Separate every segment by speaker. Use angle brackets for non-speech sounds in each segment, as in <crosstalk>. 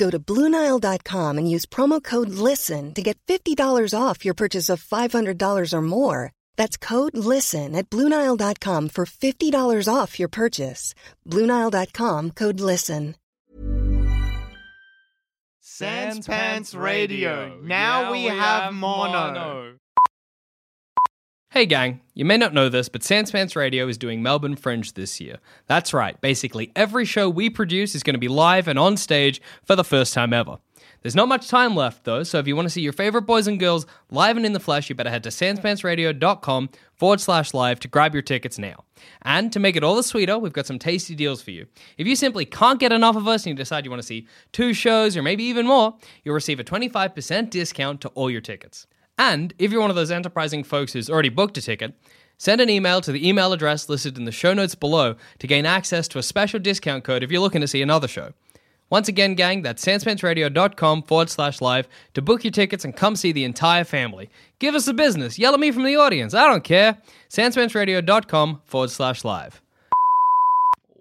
Speaker 1: Go to Bluenile.com and use promo code LISTEN to get $50 off your purchase of $500 or more. That's code LISTEN at Bluenile.com for $50 off your purchase. Bluenile.com code LISTEN.
Speaker 2: Sans Pants Radio. Now, we, have, mono.
Speaker 3: Hey gang, you may not know this, but Sanspants Radio is doing Melbourne Fringe this year. That's right, basically every show we produce is going to be live and on stage for the first time ever. There's not much time left though, so if you want to see your favorite boys and girls live and in the flesh, you better head to sanspantsradio.com forward slash live to grab your tickets now. And to make it all the sweeter, we've got some tasty deals for you. If you simply can't get enough of us and you decide you want to see two shows or maybe even more, you'll receive a 25% discount to all your tickets. And if you're one of those enterprising folks who's already booked a ticket, send an email to the email address listed in the show notes below to gain access to a special discount code if you're looking to see another show. Once again, gang, that's sanspantsradio.com forward slash live to book your tickets and come see the entire family. Give us a business. Yell at me from the audience. I don't care. Sanspantsradio.com forward slash live.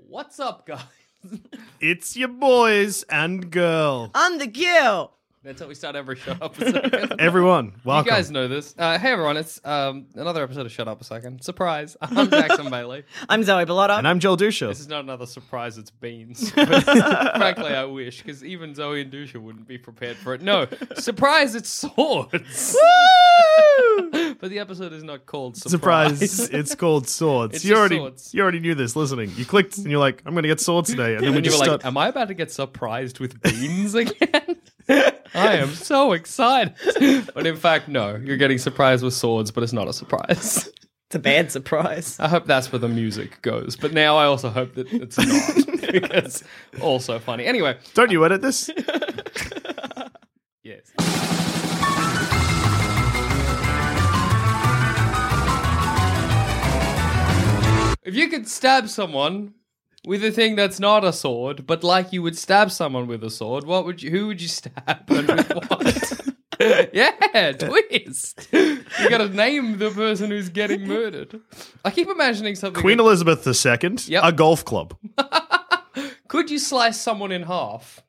Speaker 3: What's up, guys? <laughs>
Speaker 2: It's your boys and girl.
Speaker 3: Uh,
Speaker 4: I'm the girl.
Speaker 3: That's how we start every show episode.
Speaker 2: Everyone, welcome.
Speaker 3: You guys know this. Uh, hey everyone, it's um, another episode of Shut Up a Second. Surprise! I'm Jackson Bailey.
Speaker 4: I'm Zoe Belotto.
Speaker 2: and I'm Joel Dusha.
Speaker 3: This is not another surprise, it's <laughs> beans. Frankly, I wish, because even Zoe and Dusha wouldn't be prepared for it. <laughs> No, surprise, it's swords. <laughs> but the episode is not called Surprise.
Speaker 2: <laughs> Surprise! <laughs> it's called swords.
Speaker 3: It's
Speaker 2: you
Speaker 3: just
Speaker 2: already
Speaker 3: swords.
Speaker 2: you already knew this. Listening, you clicked and you're like, "I'm going to get swords today," and then we
Speaker 3: And you
Speaker 2: just
Speaker 3: were like,
Speaker 2: start.
Speaker 3: am I about to get surprised with beans again? I am so excited. But in fact, no, you're getting surprised with swords, but it's not a surprise.
Speaker 4: It's a bad surprise.
Speaker 3: I hope that's where the music goes. But now I also hope that it's not. because also funny. Anyway,
Speaker 2: Don't you
Speaker 3: <laughs>
Speaker 2: edit this?
Speaker 3: yes. If you could stab someone with a thing that's not a sword, but like you would stab someone with a sword, what would you? Who would you stab and with what? yeah, twist. You got to name the person who's getting murdered. I keep imagining something.
Speaker 2: Queen Elizabeth II,
Speaker 3: Yep.
Speaker 2: a golf club.
Speaker 3: Could you slice someone in half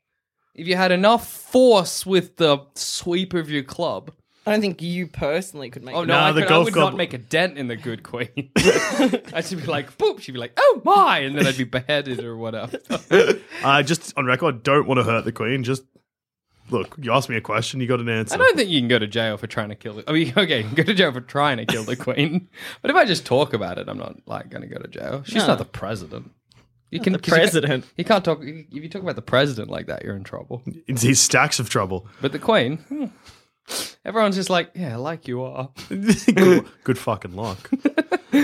Speaker 3: if you had enough force with the sweep of your club?
Speaker 4: I don't think you personally could make.
Speaker 3: Oh
Speaker 4: it.
Speaker 3: no,
Speaker 2: Nah,
Speaker 3: I,
Speaker 2: the
Speaker 3: could, I
Speaker 2: golf
Speaker 3: would
Speaker 2: club-
Speaker 3: not make a dent in the good
Speaker 2: <laughs>
Speaker 3: queen. <laughs> I should be like, boop. She'd be like, oh my, and then I'd be beheaded or whatever.
Speaker 2: I just on record don't want to hurt the Queen. Just look, you asked me a question, you got an answer.
Speaker 3: I don't think you can go to jail for trying to kill the. I mean, <laughs> okay, you can go to jail for trying to kill the queen, but if I just talk about it, I'm not like going to go to jail. She's not the president. You can
Speaker 4: the
Speaker 3: 'cause you can't-
Speaker 4: president.
Speaker 3: You can't talk. If you talk about the president like that, you're in trouble.
Speaker 2: It's these stacks of trouble.
Speaker 3: <laughs> But the queen, hmm. everyone's just like, yeah, like you are.
Speaker 2: good, good fucking luck. <laughs>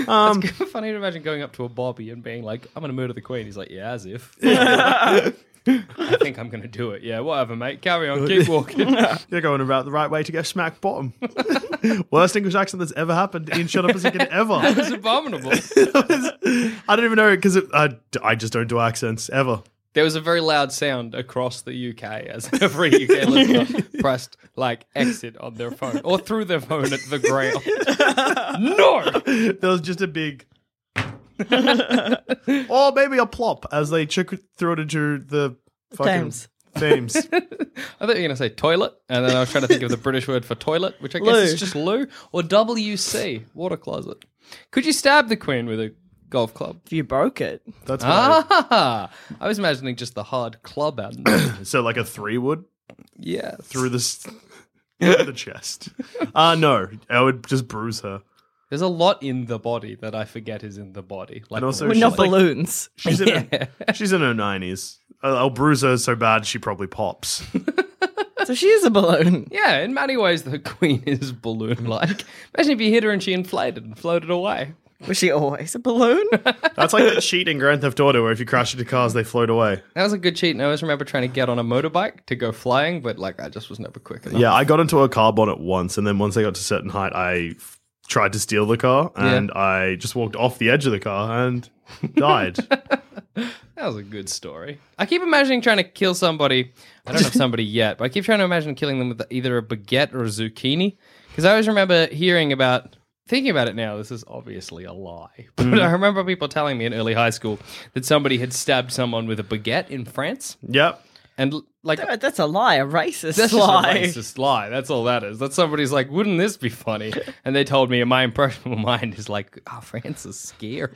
Speaker 2: Um,
Speaker 3: Funny to imagine going up to a Bobby and being like, I'm going to murder the Queen. He's like, Yeah, as if. I think I'm going to do it. Yeah, whatever, mate. Carry on. Keep walking.
Speaker 2: you're going about the right way to get smack bottom. <laughs> Worst English accent that's ever happened in Shut Up
Speaker 3: <laughs>
Speaker 2: a Second ever.
Speaker 3: It's abominable.
Speaker 2: I don't even know because I, I just don't do accents ever.
Speaker 3: There was a very loud sound across the UK as <laughs> every UK listener pressed like exit on their phone or through their phone at the ground. no!
Speaker 2: There was just a big. or maybe a plop as they ch- threw it into the fucking
Speaker 4: Thames.
Speaker 2: Thames.
Speaker 3: I thought you were going to say toilet, and then I was trying to think of the British word for toilet, which I guess
Speaker 4: Loo.
Speaker 3: is just loo or WC, water closet. Could you stab the Queen with a golf club?
Speaker 4: If you broke it,
Speaker 2: That's what I-
Speaker 3: Ah, I was
Speaker 2: <coughs>
Speaker 3: imagining just the hard club end.
Speaker 2: so like a three wood
Speaker 3: yeah,
Speaker 2: through this. in the chest. Uh, no, I would just bruise her.
Speaker 3: There's a lot in the body that I forget is in the body. Like
Speaker 2: And also
Speaker 4: We're
Speaker 2: she's
Speaker 4: not
Speaker 2: like-
Speaker 4: balloons.
Speaker 2: She's in her, she's in her nineties. I'll bruise her so bad she probably pops.
Speaker 4: <laughs> so she is a <laughs> balloon.
Speaker 3: yeah, in many ways the <laughs> queen is
Speaker 2: <laughs>
Speaker 3: balloon-like. Imagine if you hit her and she inflated and floated away.
Speaker 4: Was she always a <laughs> balloon?
Speaker 2: That's like that cheat in Grand Theft Auto where if you crash into cars they float away.
Speaker 3: That was a good cheat, and I always remember trying to get on a motorbike to go flying, but like I just was never quick enough.
Speaker 2: Yeah, I got into a car bonnet once, and then once I got to a certain height, I f- tried to steal the car, and I just walked off the edge of the car
Speaker 4: <laughs>
Speaker 2: and died.
Speaker 3: That was a good story. I keep imagining trying to kill somebody. I don't have
Speaker 4: <laughs>
Speaker 3: somebody yet, but I keep trying to imagine killing them with either a baguette or a zucchini. Because I always remember hearing about, thinking about it now, this is obviously a lie. <laughs> But
Speaker 4: Mm.
Speaker 3: I remember people telling me in early high school that somebody had stabbed someone with a baguette in France.
Speaker 2: yep.
Speaker 3: And like,
Speaker 4: No, that's a lie, a racist
Speaker 3: that's
Speaker 4: lie.
Speaker 3: just a racist lie. That's all that is. That somebody's like, wouldn't this be
Speaker 4: <laughs>
Speaker 3: funny? And they told me, and my impressionable <laughs> mind is like, oh, France is
Speaker 4: <laughs>
Speaker 3: scary.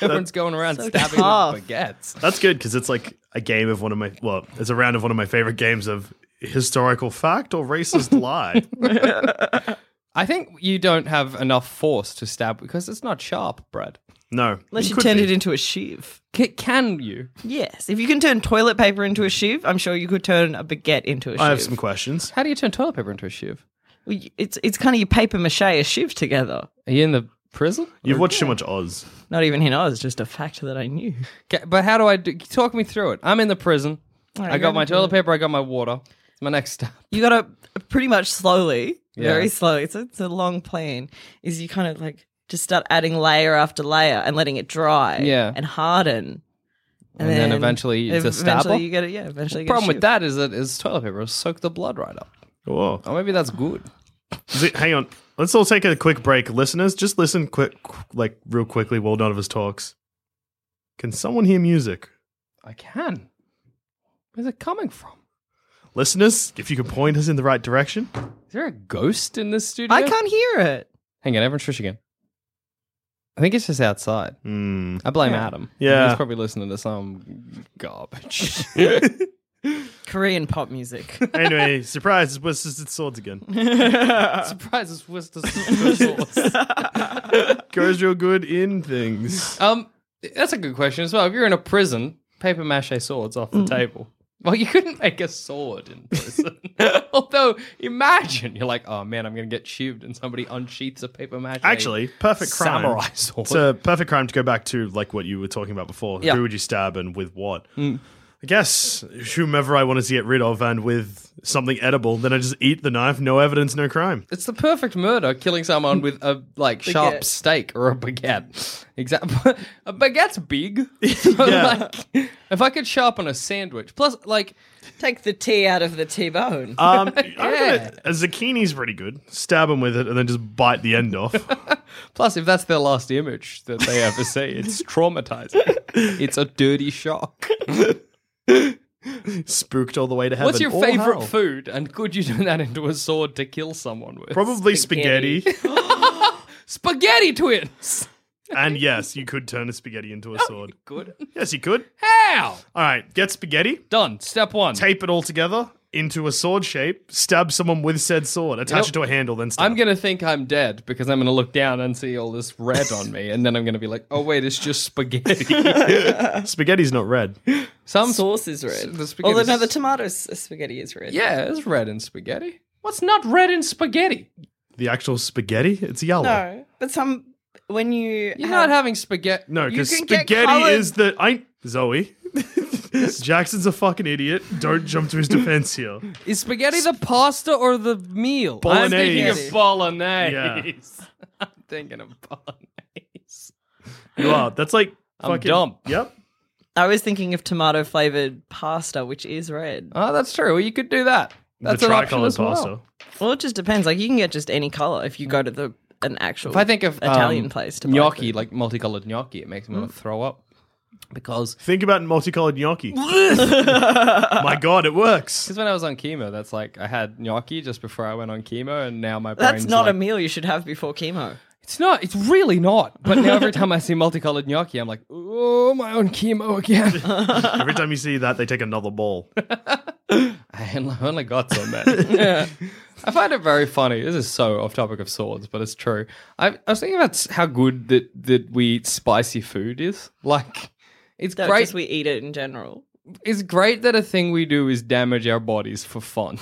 Speaker 3: Everyone's going around stabbing
Speaker 4: tough.
Speaker 3: with baguettes.
Speaker 2: That's good because it's like a game of one of my well, it's a round of one of my favorite games of historical fact or
Speaker 4: <laughs>
Speaker 2: racist lie.
Speaker 3: I think you don't have enough force to stab because it's not sharp, Brad.
Speaker 2: No,
Speaker 4: Unless you
Speaker 2: could
Speaker 4: turned
Speaker 2: be.
Speaker 4: it into a sheave.
Speaker 3: C- can you?
Speaker 4: Yes. If you can turn toilet paper into a sheave, I'm sure you could turn a baguette into a sheave.
Speaker 2: I have some questions.
Speaker 3: How do you turn toilet paper into a shiv?
Speaker 4: Well, you- It's, it's kind of you paper mache a sheave together.
Speaker 3: Are you in the prison?
Speaker 2: You've watched too much Oz.
Speaker 4: Not even in Oz, just a fact that I knew.
Speaker 3: Ca but how do I do? Talk me through it. I'm in the prison.
Speaker 4: right,
Speaker 3: I
Speaker 4: you're
Speaker 3: got
Speaker 4: in
Speaker 3: my
Speaker 4: the
Speaker 3: toilet paper. I got my water. It's my next step.
Speaker 4: you gotta pretty much slowly,
Speaker 3: Yeah.
Speaker 4: very slowly. It's a, it's a long plan. Is you kind of like just start adding layer after layer and letting it dry,
Speaker 3: Yeah.
Speaker 4: and harden,
Speaker 3: And then eventually it's a
Speaker 4: eventually
Speaker 3: stabber?
Speaker 4: You get it, yeah. Eventually, you get a
Speaker 3: Problem with
Speaker 4: shoe.
Speaker 3: that is that is toilet paper will soak the blood right up.
Speaker 2: Whoa.
Speaker 3: Oh, maybe that's good.
Speaker 2: Is it- hang on. Let's all take a quick break, listeners. Just listen quick, qu- like real quickly while none of us talks. Can someone hear music?
Speaker 3: I can. Where's it coming from?
Speaker 2: Listeners, if you could point us in the right direction.
Speaker 3: Is there a ghost in this studio?
Speaker 4: I can't hear it.
Speaker 3: Hang on, everyone, shush again. I think it's just outside.
Speaker 2: Hmm.
Speaker 3: I blame Adam.
Speaker 2: Yeah.
Speaker 3: He's probably listening to some
Speaker 2: <laughs>
Speaker 3: garbage. <laughs>
Speaker 4: Korean pop music.
Speaker 2: <laughs> Anyway, surprise, it's Wizards and Swords again.
Speaker 3: Surprise is
Speaker 2: <laughs>
Speaker 3: Worcester sauce.
Speaker 2: Goes real good in things.
Speaker 3: um, that's a good question as well. If you're in a prison, paper mache swords off
Speaker 2: Mm.
Speaker 3: the table. Well, you couldn't make a sword in
Speaker 2: <laughs>
Speaker 3: prison. Although, imagine you're like, oh man, I'm going to get tubed, and somebody unsheaths a paper mache.
Speaker 2: Actually, perfect crime.
Speaker 3: Samurai sword.
Speaker 2: It's a perfect crime to go back to like what you were talking about before.
Speaker 3: Yeah.
Speaker 2: Who would you stab and with what? I guess whomever I wanted to get rid of and with something edible, then I just eat the knife, no evidence, no <laughs> crime.
Speaker 3: It's the perfect murder, killing someone with a like sharp steak or a baguette. Exactly, <laughs> a baguette's big. So,
Speaker 2: <laughs>
Speaker 3: <laughs>
Speaker 2: Yeah.
Speaker 3: like, if I could sharpen a sandwich, plus like
Speaker 4: Take the tea out of the T-bone.
Speaker 3: Uh,
Speaker 2: Um, I'm gonna- a zucchini's pretty good. Stab him with it and then just bite the end off.
Speaker 3: Plus, if that's their last image that they ever see,
Speaker 2: <laughs>
Speaker 3: it's traumatizing. It's a dirty shock.
Speaker 2: <laughs> Spooked all the way to heaven.
Speaker 3: What's your
Speaker 2: Or
Speaker 3: favorite
Speaker 2: hell.
Speaker 3: food, and could you turn that into a sword to kill someone with?
Speaker 2: Probably spaghetti.
Speaker 3: <laughs> spaghetti twins.
Speaker 2: and yes, you could turn a spaghetti into
Speaker 3: Oh,
Speaker 2: a sword.
Speaker 3: Good.
Speaker 2: Yes, you could.
Speaker 3: How?
Speaker 2: All right, get spaghetti,
Speaker 3: Done. Step one.
Speaker 2: tape it all together into a sword shape, stab someone with said sword, attach
Speaker 3: know,
Speaker 2: it to a handle, then stab.
Speaker 3: I'm gonna think I'm dead because I'm gonna look down and see all this red on me, and then I'm gonna be like, "Oh wait, it's just
Speaker 4: <laughs>
Speaker 3: spaghetti."
Speaker 2: Spaghetti's not red.
Speaker 3: Some
Speaker 4: Sauce is red.
Speaker 3: the spaghetti
Speaker 4: Although no,
Speaker 3: is-
Speaker 4: the tomato s- uh, spaghetti is red.
Speaker 3: Yeah, it's red in spaghetti. What's not red in spaghetti?
Speaker 2: The actual spaghetti, it's yellow.
Speaker 4: No, but some when you
Speaker 3: You're not
Speaker 4: have-
Speaker 3: having spaghetti.
Speaker 2: No, because
Speaker 4: can get
Speaker 2: spaghetti
Speaker 4: coloured-
Speaker 2: is the I Zoe. <laughs> Jackson's a fucking idiot. Don't jump to his
Speaker 3: <laughs>
Speaker 2: defense here.
Speaker 3: Is spaghetti the pasta or the meal? I'm thinking
Speaker 2: Bolognese.
Speaker 3: of bolognese.
Speaker 2: Yeah.
Speaker 3: I'm <laughs> thinking of bolognese.
Speaker 2: You are. That's like
Speaker 3: I'm
Speaker 2: fucking
Speaker 3: dumb.
Speaker 2: Yep.
Speaker 4: I was thinking of tomato flavored pasta, which is red.
Speaker 3: Oh, that's true. Well, you could do that. <laughs> That's an option
Speaker 2: tricolour
Speaker 3: as well.
Speaker 4: Well, it just depends. Like you can get just any color if you go to the an actual.
Speaker 3: If I think of um,
Speaker 4: Italian place to buy
Speaker 3: gnocchi,
Speaker 4: food. Mm.
Speaker 3: like multicolored gnocchi, it makes me want to throw up because
Speaker 2: Think about multicolored
Speaker 3: <laughs>
Speaker 2: gnocchi. My god, it works.
Speaker 3: because when I was on chemo, that's like I had gnocchi just before I went on chemo, and now my brain's
Speaker 4: that's not
Speaker 3: like,
Speaker 4: a meal you should have before chemo.
Speaker 3: It's not. It's really not. But now every time I see multicolored gnocchi, I'm like, oh, my own chemo again.
Speaker 4: <laughs>
Speaker 2: Every time you see that, they take another ball.
Speaker 3: I only- only got so many. I find it very funny. This is so off topic of swords, but it's true. I, I was thinking about s- how good that that we eat spicy food is. Like, it's
Speaker 4: That's
Speaker 3: great.
Speaker 4: just we eat it in general.
Speaker 3: it's great that a thing we do is damage our bodies for fun.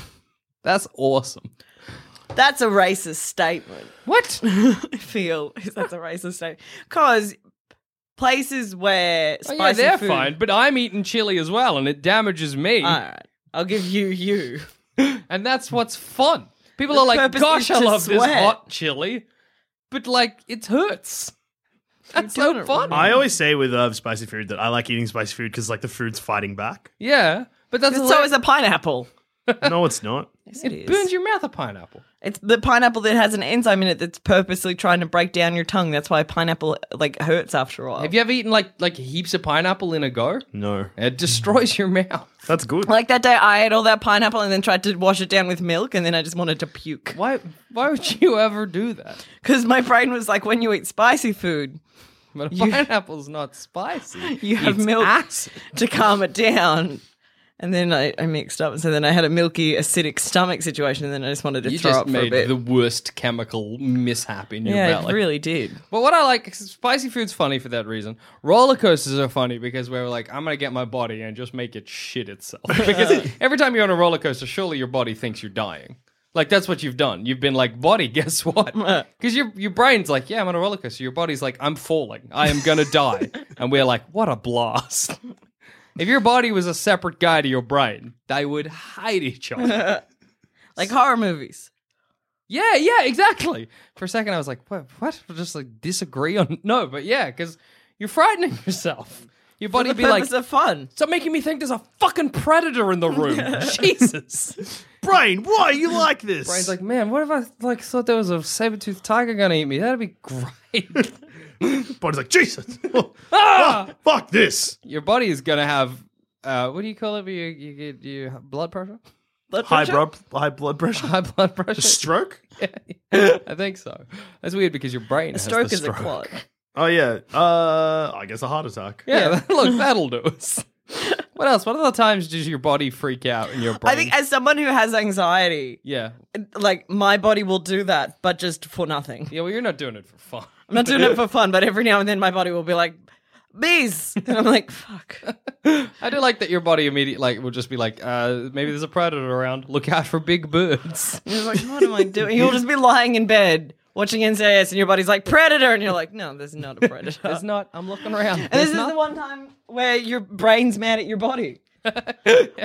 Speaker 3: That's awesome.
Speaker 4: That's a racist statement. <laughs>
Speaker 3: What?
Speaker 4: I feel is that's a racist statement because places where
Speaker 3: Oh,
Speaker 4: spicy
Speaker 3: yeah, they're
Speaker 4: food. Ah.
Speaker 3: fine, but I'm eating chili as well, and it damages me,
Speaker 4: All right, I'll give you you.
Speaker 3: and that's what's fun. People
Speaker 4: The
Speaker 3: are like,
Speaker 4: purpose
Speaker 3: "Gosh,
Speaker 4: is
Speaker 3: I
Speaker 4: to
Speaker 3: love this
Speaker 4: sweat."
Speaker 3: hot chili," but like, it hurts. <laughs> That's
Speaker 4: doing
Speaker 3: so
Speaker 4: it
Speaker 3: fun.
Speaker 4: wrong.
Speaker 2: I always say with uh, spicy food that I like eating spicy food because like the food's fighting <laughs> back.
Speaker 3: Yeah, but that's
Speaker 4: It's
Speaker 3: hilarious.
Speaker 4: always a pineapple.
Speaker 2: no, it's not.
Speaker 4: Yes,
Speaker 3: It, burns your mouth a pineapple.
Speaker 4: It's the pineapple that has an enzyme in it that's purposely trying to break down your tongue. That's why pineapple like hurts after a while.
Speaker 3: Have you ever eaten like like heaps of pineapple in a go?
Speaker 2: No,
Speaker 3: It destroys your mouth. <laughs>
Speaker 2: that's good.
Speaker 4: like that day, I ate all that pineapple and then tried to wash it down with milk, and then I just wanted to puke
Speaker 3: Why why would you ever do that?
Speaker 4: because my brain was like, when you eat spicy food,
Speaker 3: But a
Speaker 4: You-
Speaker 3: pineapple's not spicy.
Speaker 4: <laughs> you have
Speaker 3: It's
Speaker 4: milk
Speaker 3: acid.
Speaker 4: to calm it down. And then I, I mixed up, so then I had a milky, acidic stomach situation, and then I just wanted to
Speaker 3: You
Speaker 4: throw
Speaker 3: just
Speaker 4: up for a
Speaker 3: made
Speaker 4: bit.
Speaker 3: the worst chemical mishap in your
Speaker 4: yeah,
Speaker 3: belly.
Speaker 4: it really did.
Speaker 3: But what I like, spicy food's funny for that reason. Roller coasters are funny because we're like, I'm gonna get my body and just make it shit itself. Because every time you're on a roller coaster, surely your body thinks you're dying. Like that's what you've done. You've been like, body, <laughs> guess what? Because your your brain's like, yeah, I'm on a roller coaster. Your body's like, I'm falling. I am gonna die. and we're like, what a blast. <laughs> if your body was a separate guy to your brain, they would hate each other.
Speaker 4: Like horror movies.
Speaker 3: Yeah, yeah, exactly. For a second, I was like, "What? What? We'll just like disagree on <laughs> no?" But yeah, because you're frightening <laughs> yourself. Your body
Speaker 4: The
Speaker 3: be like,
Speaker 4: purpose of fun.
Speaker 3: "Stop making me think there's a fucking predator in the
Speaker 4: <laughs>
Speaker 3: room." Jesus.
Speaker 2: Brain, why you like this?
Speaker 3: Brain's like, "Man, what if I like thought there was a saber-toothed tiger gonna eat me? That'd be great." <laughs>
Speaker 2: body's like <laughs> Jesus. Oh,
Speaker 3: ah!
Speaker 2: fuck this.
Speaker 3: Your body is gonna have uh, what do you call it? when You you get you blood pressure, <laughs>
Speaker 2: High blood, high blood pressure.
Speaker 3: high blood
Speaker 4: <laughs>
Speaker 3: pressure.
Speaker 2: Stroke.
Speaker 3: I think so. That's weird because your brain
Speaker 4: A
Speaker 3: has the
Speaker 4: stroke is a
Speaker 3: stroke.
Speaker 4: clot.
Speaker 2: Oh yeah. Uh, I guess a heart attack.
Speaker 3: Yeah, <laughs> look, that'll
Speaker 4: <laughs>
Speaker 3: do us. what else? What other times does your body freak out in your brain?
Speaker 4: I think as someone who has anxiety,
Speaker 3: yeah.
Speaker 4: like my body will do that, but just for nothing.
Speaker 3: Yeah, well, you're not doing it for fun.
Speaker 4: I'm not doing it for fun, but every now and then my body will be like, bees. And I'm like, fuck.
Speaker 3: I do like that your body immediately like will just be like, uh, maybe there's a predator around. Look out for big
Speaker 4: <laughs>
Speaker 3: birds.
Speaker 4: And you're like, what am I doing? You'll just be lying in bed watching NCIS and your body's like, predator. And you're like, no, there's not a predator.
Speaker 3: <laughs> There's not. I'm looking around.
Speaker 4: and this
Speaker 3: There's
Speaker 4: is
Speaker 3: not.
Speaker 4: the one time where your brain's mad at your body.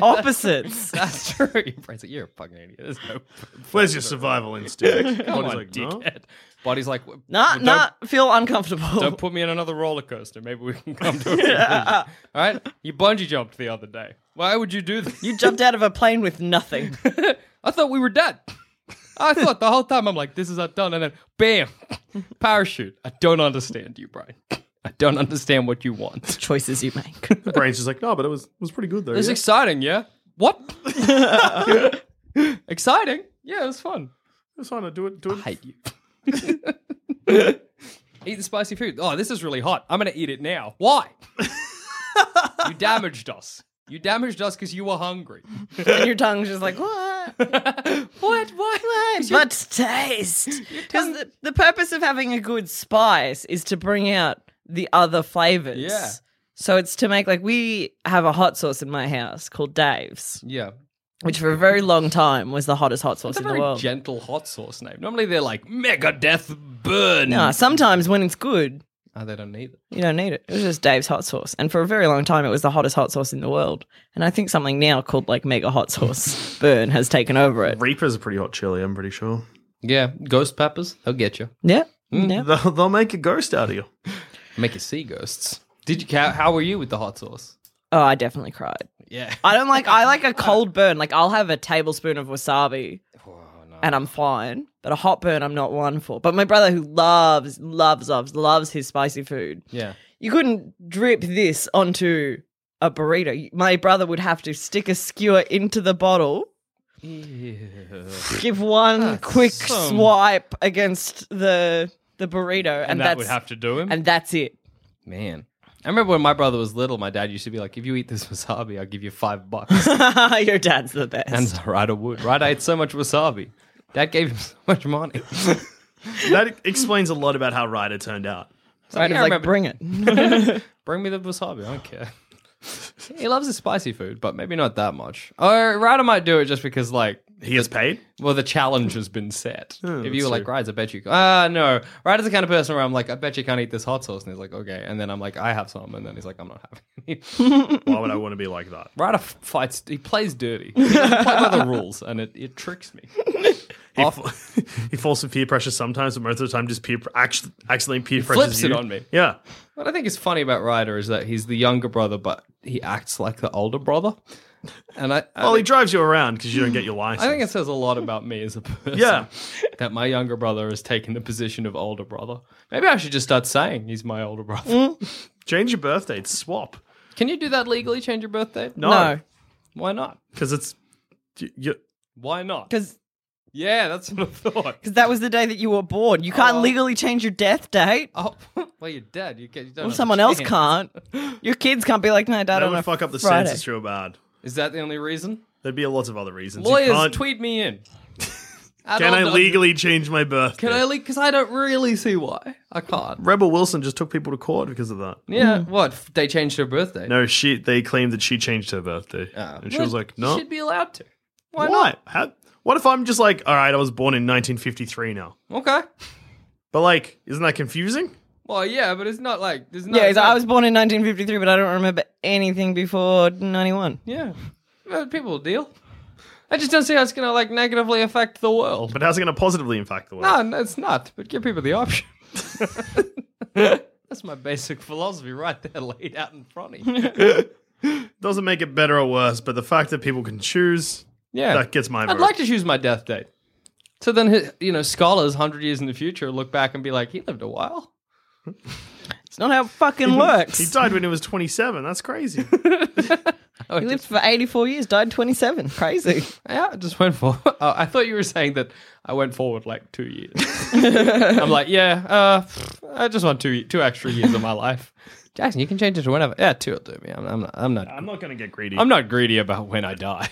Speaker 4: Opposites.
Speaker 3: <laughs> That's true. Your brain's like, you're a fucking idiot. There's no
Speaker 4: <laughs>
Speaker 2: Where's your survival instinct?
Speaker 3: <laughs> Come
Speaker 2: Body's
Speaker 3: on,
Speaker 2: like, no.
Speaker 3: dickhead. Body's like, w-
Speaker 4: Not,
Speaker 3: don't-
Speaker 4: not feel uncomfortable. <laughs>
Speaker 3: Don't put me in another roller coaster. Maybe we can come to a conclusion. All right? You bungee jumped the other day. Why would you do that?
Speaker 4: You jumped out of a plane
Speaker 3: <laughs>
Speaker 4: with nothing.
Speaker 3: I thought we were dead. I thought the whole time I'm like, this is not done, and then bam, parachute. I don't understand you, Brian. I don't understand what you want.
Speaker 4: Choices you make.
Speaker 2: Brain's just like, no, but it was it was pretty good though.
Speaker 3: It's
Speaker 2: yeah."
Speaker 3: exciting, yeah. What? <laughs> exciting? Yeah, it was fun. <laughs>
Speaker 2: It's fine. I do it. Do it.
Speaker 3: I hate you. Eating spicy food. Oh, this is really hot. I'm gonna eat it now. Why? you damaged us. You damaged us because you were hungry. <laughs>
Speaker 4: and your tongue's just like, what?
Speaker 3: What? Why?
Speaker 4: but taste. Because the, the purpose of having a good spice is to bring out the other flavors.
Speaker 3: Yeah.
Speaker 4: So it's to make like we have a hot sauce in my house called Dave's,
Speaker 3: Yeah.
Speaker 4: which for a very long time was the hottest hot sauce
Speaker 3: It's a
Speaker 4: in the
Speaker 3: very
Speaker 4: world.
Speaker 3: gentle hot sauce name. Normally they're like mega death burn.
Speaker 4: no, Ah, sometimes when it's good,
Speaker 3: Oh, they don't need it.
Speaker 4: you don't need it. It was just Dave's hot sauce, and for a very long time, it was the hottest hot sauce in the world. And I think something now called like Mega
Speaker 3: <laughs>
Speaker 4: Hot Sauce Burn has taken over it.
Speaker 2: Reaper's a pretty hot chili. I'm pretty sure.
Speaker 3: Yeah, ghost peppers. They'll get you.
Speaker 4: Yeah,
Speaker 3: Mm.
Speaker 4: yeah.
Speaker 2: They'll, they'll make a ghost out of you.
Speaker 3: Make you see ghosts. Did you? How, how were you with the hot sauce?
Speaker 4: Oh, I definitely cried.
Speaker 3: Yeah.
Speaker 4: I don't like. I like a cold burn. Like I'll have a tablespoon of wasabi, and I'm fine. But a hot burn, I'm not one for. But my brother, who loves, loves, loves, loves his spicy food,
Speaker 3: <laughs> Yeah.
Speaker 4: you couldn't drip this onto a burrito. My brother would have to stick a skewer into the bottle, give one quick
Speaker 3: some-
Speaker 4: swipe against the the burrito, and,
Speaker 3: And, that
Speaker 4: that's
Speaker 3: would have to do him.
Speaker 4: and that's it. <laughs>
Speaker 3: Man, I remember when my brother was little. My dad used to be like, "If you eat this wasabi,
Speaker 4: <laughs>
Speaker 3: I'll give you five bucks."
Speaker 4: Your dad's the best.
Speaker 3: and so right, I would. Right, I ate so much wasabi. Dad gave him <laughs> so much money.
Speaker 2: That <laughs> explains a lot about how Ryder turned out.
Speaker 3: So,
Speaker 4: Right,
Speaker 3: yeah, I
Speaker 4: it's like,
Speaker 3: remember-
Speaker 4: bring it.
Speaker 3: Bring me the wasabi. I don't <laughs> care. he loves his spicy food, but maybe not that much. Or Ryder might do it just because, like,
Speaker 2: He gets paid.
Speaker 3: well, the challenge has been
Speaker 2: <laughs>
Speaker 3: set. if you
Speaker 2: Oh, that's
Speaker 3: were like,
Speaker 2: true.
Speaker 3: Ryder, I bet you. Ah, no. Ryder's the kind of person where I'm like, I bet you can't eat this hot sauce. And he's like, okay. And then I'm like, I have some. And then he's like, I'm not having <laughs> any.
Speaker 2: Why would I want to be like that?
Speaker 3: Ryder f- fights. He plays dirty. He doesn't play by
Speaker 2: <laughs>
Speaker 3: the rules, and it, it tricks me.
Speaker 2: He, fa- <laughs> he falls to peer pressure sometimes, but most of the time, just peer pr- actu- accidentally peer pressures
Speaker 3: flips it
Speaker 2: you.
Speaker 3: on me.
Speaker 2: Yeah,
Speaker 3: What I think is funny about Ryder is that he's the younger brother, but he acts like the older brother. And I, I,
Speaker 2: well, he
Speaker 3: think,
Speaker 2: drives you around because you don't get your license.
Speaker 3: I think it says a lot about me as a person.
Speaker 2: Yeah.
Speaker 3: <laughs> That my younger brother has taken the position of older brother. Maybe I should just start saying he's my older brother.
Speaker 2: Mm. change your birth date, swap.
Speaker 3: Can you do that legally? Change your birthday?
Speaker 2: No,
Speaker 3: Why not?
Speaker 2: because it's y- you,
Speaker 3: Why not?
Speaker 4: Because
Speaker 3: Yeah, that's what I thought.
Speaker 4: <laughs> that was the day that you were born. You can't legally change your death date.
Speaker 3: Oh, <laughs> well, you're dead. You, get, you don't
Speaker 4: Well,
Speaker 3: have a
Speaker 4: someone else
Speaker 3: chance. <laughs>
Speaker 4: can't. Your kids can't be like, no, Dad,
Speaker 2: that
Speaker 4: on
Speaker 2: would
Speaker 4: a
Speaker 2: fuck up the
Speaker 4: Friday.
Speaker 2: census real bad.
Speaker 3: Is that the only reason?
Speaker 2: There'd be a lot of other reasons. You
Speaker 3: Lawyers,
Speaker 2: can't-
Speaker 3: tweet me
Speaker 2: <laughs>
Speaker 3: in.
Speaker 2: Can I
Speaker 3: Adult-
Speaker 2: legally change my birth?
Speaker 3: Can I Because I don't really see why. I can't.
Speaker 2: Rebel Wilson just took people to court because of that.
Speaker 3: Yeah,
Speaker 4: Hmm.
Speaker 3: what? f- They changed her birthday.
Speaker 2: No, she. They claimed that she changed her birthday, and she was like, "No,
Speaker 3: She'd Ah. be allowed to. Why
Speaker 2: why?
Speaker 3: not?
Speaker 2: How, what if I'm just like, all right, I was born in 1953 now,
Speaker 3: Okay.
Speaker 2: but like, isn't that confusing?
Speaker 3: Well, yeah, but it's not like there's no.
Speaker 4: Yeah, he's like,
Speaker 3: no-
Speaker 4: I was born in 1953, but I don't remember anything before 91.
Speaker 3: Yeah, Well, people will deal. I just don't see how it's gonna like negatively affect the world.
Speaker 2: But how's it going to positively impact the world?
Speaker 3: No, no, it's not. But give people the option. <laughs> That's my basic philosophy right there, laid out in front of you.
Speaker 2: Doesn't make it better or worse, but the fact that people can choose
Speaker 3: <laughs> Yeah,
Speaker 2: that gets my vote.
Speaker 3: I'd like to choose my death date. So then, hi- you know, scholars hundred years in the future look back and be like, he lived a while.
Speaker 4: It's not how it fucking works.
Speaker 2: He died when he was 27. That's crazy.
Speaker 4: He lived for 84 years, died 27. Crazy.
Speaker 3: Yeah, I just went for. <laughs> Oh, I thought you were saying that I went forward like two <laughs> years. I'm like, yeah, uh, I just want two two extra years of my life. Jackson, you can change it to whenever. Yeah, two will do me. I'm, I'm not. I'm not.
Speaker 2: <laughs> I'm not going to get greedy.
Speaker 3: I'm not greedy about when I die.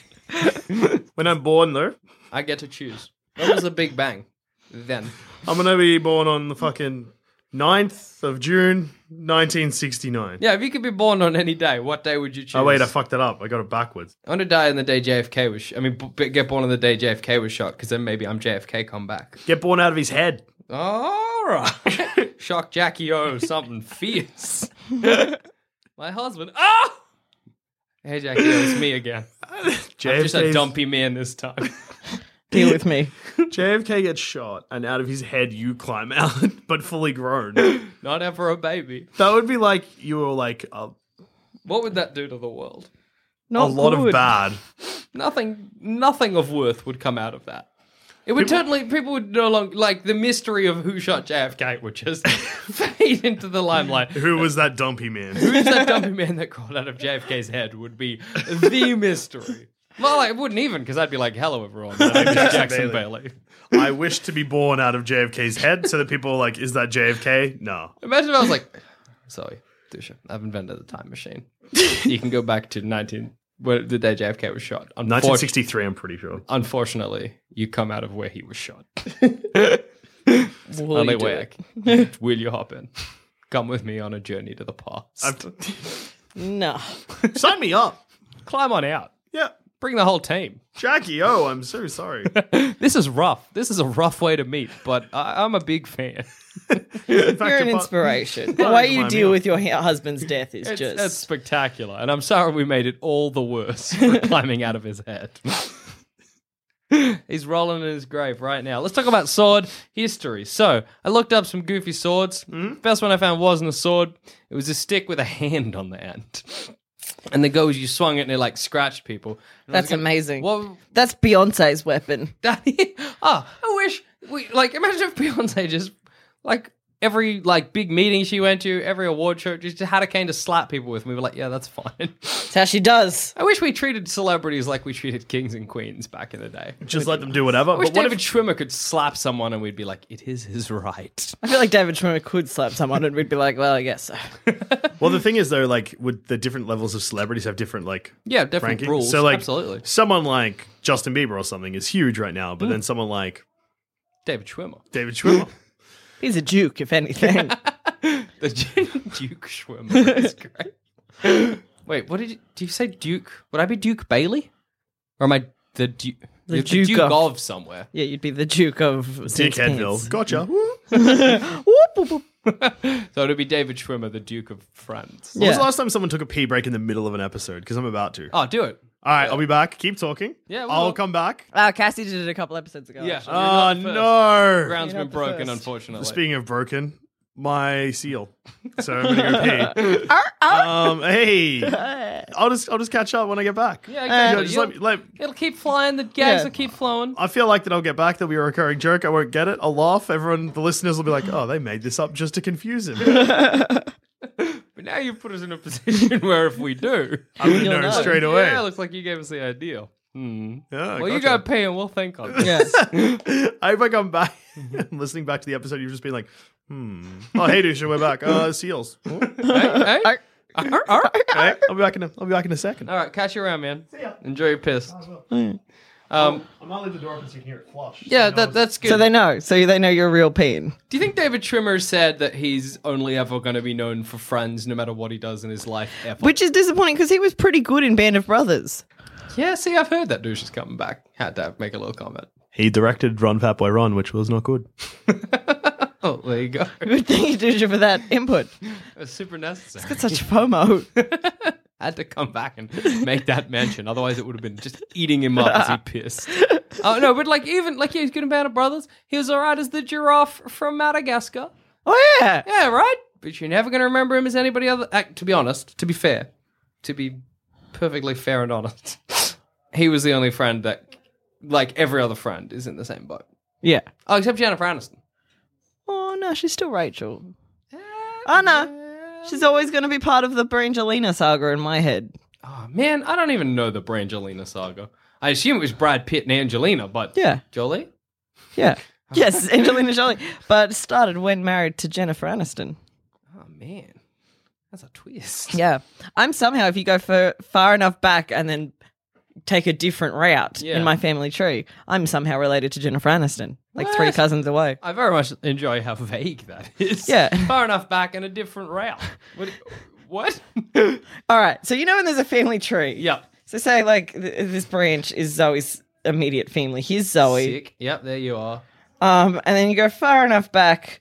Speaker 2: when I'm born, though,
Speaker 3: I get to choose. When was the Big Bang? Then.
Speaker 2: I'm going to be born on the fucking 9th of June, 1969.
Speaker 3: Yeah, if you could be born on any day, what day would you choose?
Speaker 2: Oh, wait, I fucked that up. I got it backwards.
Speaker 3: I want to die on the day JFK was. Sh- I mean, b- b- get born on the day JFK was shot, because then maybe I'm JFK come back.
Speaker 2: Get born out of his head.
Speaker 3: All right. <laughs> Shock Jackie O something fierce.
Speaker 2: <laughs>
Speaker 3: My husband. Oh! Hey, Jackie O, it's me again. I'm just a
Speaker 2: JFK's
Speaker 3: dumpy man this time.
Speaker 4: <laughs>
Speaker 3: <laughs>
Speaker 4: Deal with me.
Speaker 2: JFK gets shot, and out of his head, you climb out, <laughs> but fully grown. that
Speaker 3: Not ever a baby.
Speaker 2: would be like you were like a,
Speaker 3: What would that do to the world?
Speaker 2: a
Speaker 4: Not
Speaker 2: lot of
Speaker 4: good.
Speaker 2: bad.
Speaker 3: Nothing, nothing of worth would come out of that. It would totally, people would no longer, like, the mystery of who shot JFK would <laughs> just fade into the limelight.
Speaker 2: Who was that dumpy man?
Speaker 3: Who's that dumpy man that crawled out of JFK's head would be the mystery. Well, it wouldn't even, because I'd be like, hello, everyone. I'm Jackson Bailey.
Speaker 2: I wish to be born out of JFK's head so that people are like, is that JFK? No.
Speaker 3: Imagine if I was like, sorry, Dusha, I've invented the time machine. You can go back to 19, where the day JFK was shot. Unfortunately,
Speaker 2: 1963, I'm pretty sure.
Speaker 3: unfortunately you come out of where he was shot.
Speaker 4: Will
Speaker 3: Only
Speaker 4: you do
Speaker 3: way I
Speaker 4: it?
Speaker 3: <laughs> can- will you hop in? Come with me on a journey to the past.
Speaker 4: No.
Speaker 2: Sign me up.
Speaker 3: Climb on out.
Speaker 2: Yeah.
Speaker 3: Bring the whole team. <laughs>
Speaker 2: Jackie, oh, I'm so sorry.
Speaker 3: This is rough. This is a rough way to meet, but I, I'm a big fan.
Speaker 2: In fact,
Speaker 4: You're an
Speaker 2: apart- <laughs>
Speaker 4: inspiration. The
Speaker 2: Well,
Speaker 4: way
Speaker 2: come
Speaker 4: you
Speaker 2: on,
Speaker 4: deal
Speaker 2: yeah.
Speaker 4: with your he- husband's death is
Speaker 3: It's,
Speaker 4: just.
Speaker 3: it's spectacular, and I'm sorry we made it all the worse <laughs> for climbing out of his head. <laughs> He's rolling in his grave right now. Let's talk about sword history. So I looked up some goofy swords. Best one I found wasn't a sword; it was a stick with a hand on the end. <laughs> And the goes you swung it and it like scratched people. And I was
Speaker 4: That's
Speaker 3: like,
Speaker 4: amazing.
Speaker 3: What?
Speaker 4: That's Beyonce's weapon.
Speaker 3: That, <laughs> oh, I wish we like. Imagine if Beyonce just like every like big meeting she went to, every award show, just had a cane to slap people with. And we were like, yeah, that's fine. <laughs>
Speaker 4: That's how she does.
Speaker 3: I wish we treated celebrities like we treated kings and queens back in the day.
Speaker 2: Just let them do whatever.
Speaker 3: I wish
Speaker 2: But what
Speaker 3: David
Speaker 2: if
Speaker 3: Schwimmer could slap someone and we'd be like, it is his <laughs> right.
Speaker 4: I feel like David Schwimmer could slap someone and we'd be like, well, I guess uh, so.
Speaker 2: Well, the thing is, though, like, would the different levels of celebrities have different, like,
Speaker 3: Yeah, different
Speaker 2: rankings?
Speaker 3: rules.
Speaker 2: So, like,
Speaker 3: Absolutely. Mm.
Speaker 2: someone like Justin Bieber or something is huge right now, but then someone like
Speaker 3: David Schwimmer. <gasps>
Speaker 2: David Schwimmer.
Speaker 4: He's a duke, if <laughs> anything.
Speaker 3: The <laughs> Duke Schwimmer. That's great. <laughs> Wait, what did you, do you say Duke? Would I be Duke Bailey? Or am I the Duke?
Speaker 4: The
Speaker 3: you're
Speaker 4: Duke
Speaker 3: Duke
Speaker 4: of-
Speaker 3: of, somewhere. <laughs>
Speaker 4: yeah, you'd be the duke of
Speaker 2: Dick
Speaker 4: Saint
Speaker 2: Headville.
Speaker 4: Kitts.
Speaker 3: Mm.
Speaker 2: Gotcha.
Speaker 4: Whoop, whoop, whoop.
Speaker 3: so it'd be David Schwimmer, the Duke of France.
Speaker 2: When was the
Speaker 4: Yeah.
Speaker 2: last time someone took a pee break in the middle of an episode? Because I'm about to.
Speaker 3: Oh, do it.
Speaker 2: All right, I'll be back. Keep talking.
Speaker 3: Yeah, we
Speaker 2: I'll
Speaker 3: will.
Speaker 2: come back.
Speaker 4: Ah, Cassie did it a couple episodes ago.
Speaker 3: Yeah.
Speaker 4: actually.
Speaker 3: You're not
Speaker 2: Oh
Speaker 3: the first.
Speaker 2: no!
Speaker 3: Ground's been
Speaker 4: You're not the
Speaker 3: broken,
Speaker 4: first.
Speaker 3: unfortunately.
Speaker 2: Speaking of broken, my seal. So I'm <laughs> gonna go pee. um, hey, I'll just I'll just catch up when I get back.
Speaker 3: yeah,
Speaker 2: You know,
Speaker 3: exactly.
Speaker 2: Uh, just let me,
Speaker 3: You'll-
Speaker 2: let,
Speaker 3: It'll keep flying. The gags
Speaker 4: Yeah.
Speaker 3: will keep flowing.
Speaker 2: I feel like that I'll get back. There'll be a recurring joke. I won't get it. I'll laugh. Everyone, the listeners will be like, "Oh, they made this up just
Speaker 3: <laughs>
Speaker 2: to confuse him."
Speaker 3: But now you put us in a <laughs> position where if we do,
Speaker 2: I would know
Speaker 4: You'll know.
Speaker 3: <laughs>
Speaker 2: straight away.
Speaker 3: Yeah, it looks like you gave us the idea. Hmm.
Speaker 2: Yeah,
Speaker 3: well, you go
Speaker 2: gotcha.
Speaker 3: pay and we'll think on it.
Speaker 4: Yes.
Speaker 2: I hope I come back
Speaker 3: Mm-hmm.
Speaker 2: <laughs> listening back to the episode. You've just been like, "Hmm." Oh, hey, Dusha, we're back. Uh, seals.
Speaker 3: <laughs> Hey, hey. Arr, arr.
Speaker 2: Okay, I'll be back in a, I'll be back in a second.
Speaker 3: All right, catch you around, man. Enjoy your piss. Um,
Speaker 2: I'm not leaving the door open so you can hear it flush.
Speaker 3: yeah, that, that's good.
Speaker 4: So they know. So they know you're a real peen.
Speaker 3: Do you think David Trimmer said that he's only ever going to be known for Friends, no matter what he does in his life ever?
Speaker 4: Which is disappointing because he was pretty good in Band of Brothers.
Speaker 3: yeah, see, I've heard that douche is coming back. Had to make a little comment. <laughs>
Speaker 2: He directed Run Fat Boy Run, which was not good.
Speaker 3: Oh, there you go. <laughs>
Speaker 4: Good thing you did you for that input.
Speaker 3: It was super necessary.
Speaker 4: <laughs> Got such FOMO.
Speaker 3: had to come back and make that mention. Otherwise, it would have been just eating him up as he
Speaker 4: <laughs>
Speaker 3: pissed. Oh no, but like even like he was good in Band of Brothers. He was all right as the giraffe from Madagascar.
Speaker 4: <laughs> oh yeah.
Speaker 3: Yeah, right. But you're never going to remember him as anybody other. Uh, to be honest, to be fair, to be perfectly fair and honest, <laughs> he was the only friend that, like every other friend, is in the same boat.
Speaker 4: Yeah.
Speaker 3: Oh, except Jennifer Aniston.
Speaker 4: Oh no, she's still Rachel. Oh no. She's always going to be part of the Brangelina saga in my head.
Speaker 3: Oh man, I don't even know the Brangelina saga. I assume it was Brad Pitt and Angelina, but
Speaker 4: Yeah.
Speaker 3: Jolie.
Speaker 4: Yeah. <laughs> Yes, Angelina Jolie. But started when married to Jennifer Aniston.
Speaker 3: Oh man, that's a twist.
Speaker 4: Yeah. I'm somehow, if you go for far enough back and then take a different route
Speaker 3: Yeah.
Speaker 4: in my family tree, I'm somehow related to Jennifer Aniston, like three
Speaker 3: What?
Speaker 4: cousins away.
Speaker 3: <laughs> I very much enjoy how vague that is.
Speaker 4: Yeah.
Speaker 3: far enough back and a different route. What?
Speaker 4: <laughs>
Speaker 3: what?
Speaker 4: All right. So, you know, when there's a family tree.
Speaker 3: yeah.
Speaker 4: So, say, like, th- this branch is Zoe's immediate family. Here's Zoe.
Speaker 3: Sick. Yep, there you are.
Speaker 4: Um, and then you go far enough back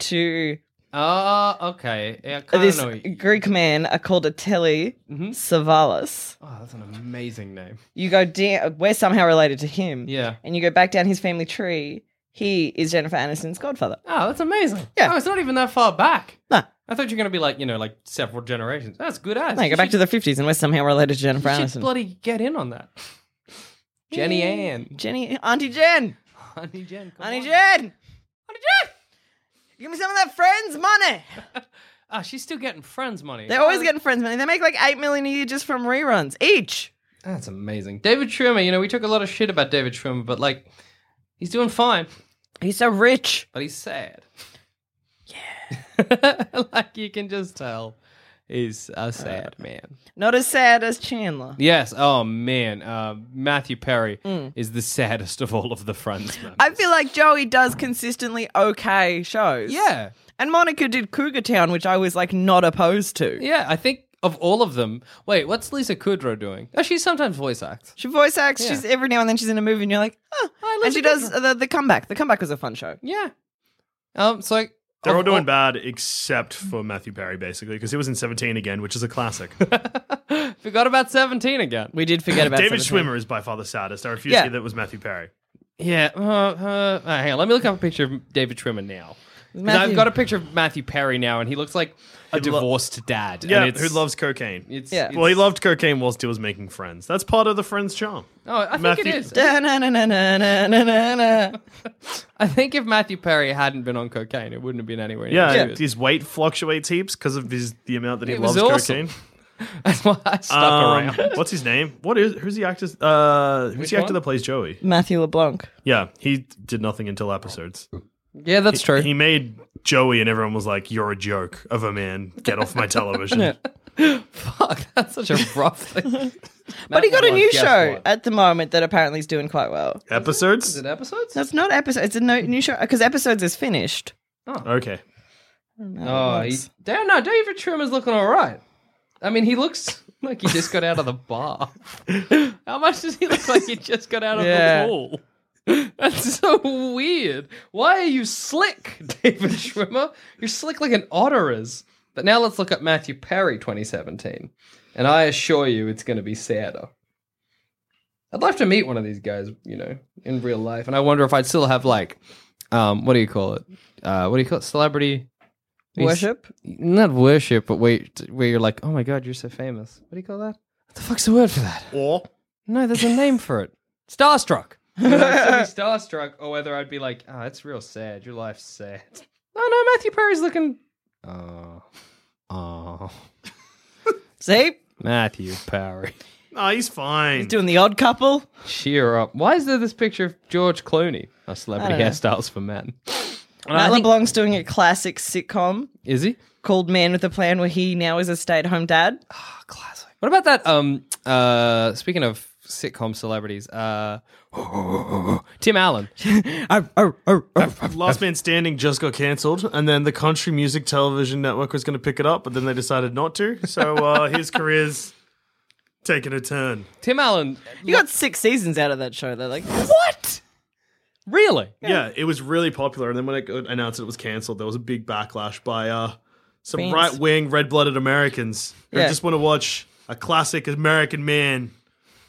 Speaker 4: to
Speaker 3: Oh, okay. Yeah, I kind of
Speaker 4: this
Speaker 3: know. you-
Speaker 4: Greek man uh, called Ateli
Speaker 3: Mm-hmm.
Speaker 4: Savalas.
Speaker 3: Oh, that's an amazing name.
Speaker 4: You go down, we're somehow related to him.
Speaker 3: Yeah.
Speaker 4: And you go back down his family tree. He is Jennifer Aniston's godfather.
Speaker 3: Oh, that's amazing.
Speaker 4: Yeah.
Speaker 3: Oh, it's not even that far back.
Speaker 4: Nah.
Speaker 3: I thought you were going to be like, you know, like several generations. That's good ass.
Speaker 4: No, you go back to the 50s and we're somehow related to Jennifer
Speaker 3: You should
Speaker 4: Aniston.
Speaker 3: bloody get in on that. Jenny
Speaker 4: Yeah.
Speaker 3: Ann.
Speaker 4: Jenny, Auntie Jen,
Speaker 3: Honey Jen. come
Speaker 4: Auntie
Speaker 3: on.
Speaker 4: Jen, Auntie Jen, give me some of that friends money.
Speaker 3: Ah, she's still getting friends money.
Speaker 4: They're always getting friends money. They make like eight million a year just from reruns each.
Speaker 3: That's amazing. David Schwimmer, you know, we took a lot of shit about David Schwimmer, but like, he's doing fine,
Speaker 4: He's so rich.
Speaker 3: but he's sad. Yeah. <laughs> like, you can just tell he's
Speaker 4: Uh,
Speaker 3: a sad man.
Speaker 4: Not as sad as Chandler.
Speaker 3: Yes. Oh, man. Uh, Matthew Perry
Speaker 4: Hmm.
Speaker 3: is the <laughs> saddest of all of the friends. members.
Speaker 4: I feel like Joey does consistently okay shows.
Speaker 3: yeah.
Speaker 4: And Monica did Cougar Town, which I was like not opposed to.
Speaker 3: Yeah. I think of all of them. Wait, what's Lisa Kudrow doing? Oh, she sometimes voice acts.
Speaker 4: She voice acts.
Speaker 3: Yeah.
Speaker 4: She's every now and then she's in a movie, and you're like, oh.
Speaker 3: I
Speaker 4: and she does the, the comeback. The comeback was a fun show.
Speaker 3: Yeah. Um. So like,
Speaker 2: They're all
Speaker 3: of
Speaker 2: doing bad except for Matthew Perry, basically, because he was in 17 again, which is
Speaker 3: <laughs>
Speaker 2: a classic.
Speaker 3: Forgot about Seventeen again.
Speaker 4: We did forget about
Speaker 2: David
Speaker 4: 17.
Speaker 2: Schwimmer is by far the saddest. I refuse
Speaker 4: Yeah.
Speaker 2: to hear that it was Matthew Perry.
Speaker 3: Yeah. Uh, uh, uh, hang on. Let me look up a picture of David Trimmer now. 'Cause
Speaker 4: Matthew-
Speaker 3: I've got a picture of Matthew Perry now, and he looks like a
Speaker 2: lo-
Speaker 3: divorced dad.
Speaker 2: Yeah,
Speaker 3: and it's,
Speaker 2: who loves cocaine?
Speaker 3: It's,
Speaker 4: Yeah.
Speaker 3: it's-
Speaker 2: well, he loved cocaine whilst he was making friends. That's part of the friend's charm.
Speaker 3: Oh, I think
Speaker 2: Matthew-
Speaker 3: it is.
Speaker 4: Da-na-na-na-na-na-na.
Speaker 3: I think if Matthew Perry hadn't been on cocaine, it wouldn't have been anywhere. near
Speaker 2: Yeah,
Speaker 3: as
Speaker 2: and
Speaker 3: good.
Speaker 2: his weight fluctuates heaps because of his the amount that he
Speaker 3: It was
Speaker 2: loves
Speaker 3: awesome.
Speaker 2: cocaine.
Speaker 3: <laughs> that's why I stuck
Speaker 2: Um,
Speaker 3: around.
Speaker 2: <laughs> what's his name? What is who's the actor? Uh, who's
Speaker 3: Which
Speaker 2: the actor
Speaker 3: one?
Speaker 2: that plays Joey?
Speaker 4: Matthew LeBlanc.
Speaker 2: Yeah, he did nothing until episodes.
Speaker 3: Yeah, that's true.
Speaker 2: He made Joey, and everyone was like, "You're a joke of a man. Get off my television."
Speaker 3: Fuck, <laughs> that's such a rough <laughs> thing.
Speaker 4: But he got a
Speaker 3: Matt
Speaker 4: new
Speaker 3: Guess
Speaker 4: show
Speaker 3: what?
Speaker 4: at the moment that apparently is doing quite well.
Speaker 3: Is
Speaker 2: Episodes?
Speaker 3: it episodes?
Speaker 4: So it's not episode. It's a no, new show because episodes is finished.
Speaker 2: Okay.
Speaker 3: Oh, he, damn, no, David Trimmer's looking all right. I mean, he looks <laughs> like he just got out of the <laughs> bar. How much does he look like he just got out of
Speaker 4: Yeah.
Speaker 3: the pool? <laughs> That's so weird. Why are you slick, <laughs> David Trimmer? You're slick like an otter is. But now let's look at Matthew Perry 2017. And I assure you it's going to be sadder. I'd love to meet one of these guys, you know, in real life. And I wonder if I'd still have, like, um, what do you call it? Uh, what do you call it? Celebrity
Speaker 4: Worship.
Speaker 3: not worship, but where where you're like, oh my god, you're so famous. What do you call that? What the fuck's the word for that?
Speaker 2: Or
Speaker 3: No, there's a name for it. Starstruck. You know, I'd still be starstruck, or whether I'd be like, oh, it's real sad. Your life's sad. No, no, Matthew Perry's looking. Oh, oh,
Speaker 4: See,
Speaker 3: Matthew Perry.
Speaker 2: no, he's fine.
Speaker 4: he's doing the Odd Couple.
Speaker 3: Cheer up. Why is there this picture of George Clooney? A celebrity hairstyles for men.
Speaker 4: Matt LeBlanc's doing a classic sitcom
Speaker 3: Is he?
Speaker 4: called Man with a Plan, where he now is a stay-at-home dad.
Speaker 3: Classic. What about that? Um, uh, speaking of sitcom celebrities, uh, <gasps> Tim Allen.
Speaker 2: Last Man Standing just got cancelled, and then the Country Music Television Network was going to pick it up, but then they decided not to. So uh, his career's taking a turn.
Speaker 3: Tim Allen.
Speaker 4: You got six seasons out of that show. They're like,
Speaker 3: What? Really?
Speaker 2: Yeah, it was really popular, and then when it got announced it was cancelled, there was a big backlash by uh, some
Speaker 4: Fans.
Speaker 2: right wing, red blooded Americans who
Speaker 4: Yeah.
Speaker 2: just want to watch a classic American man.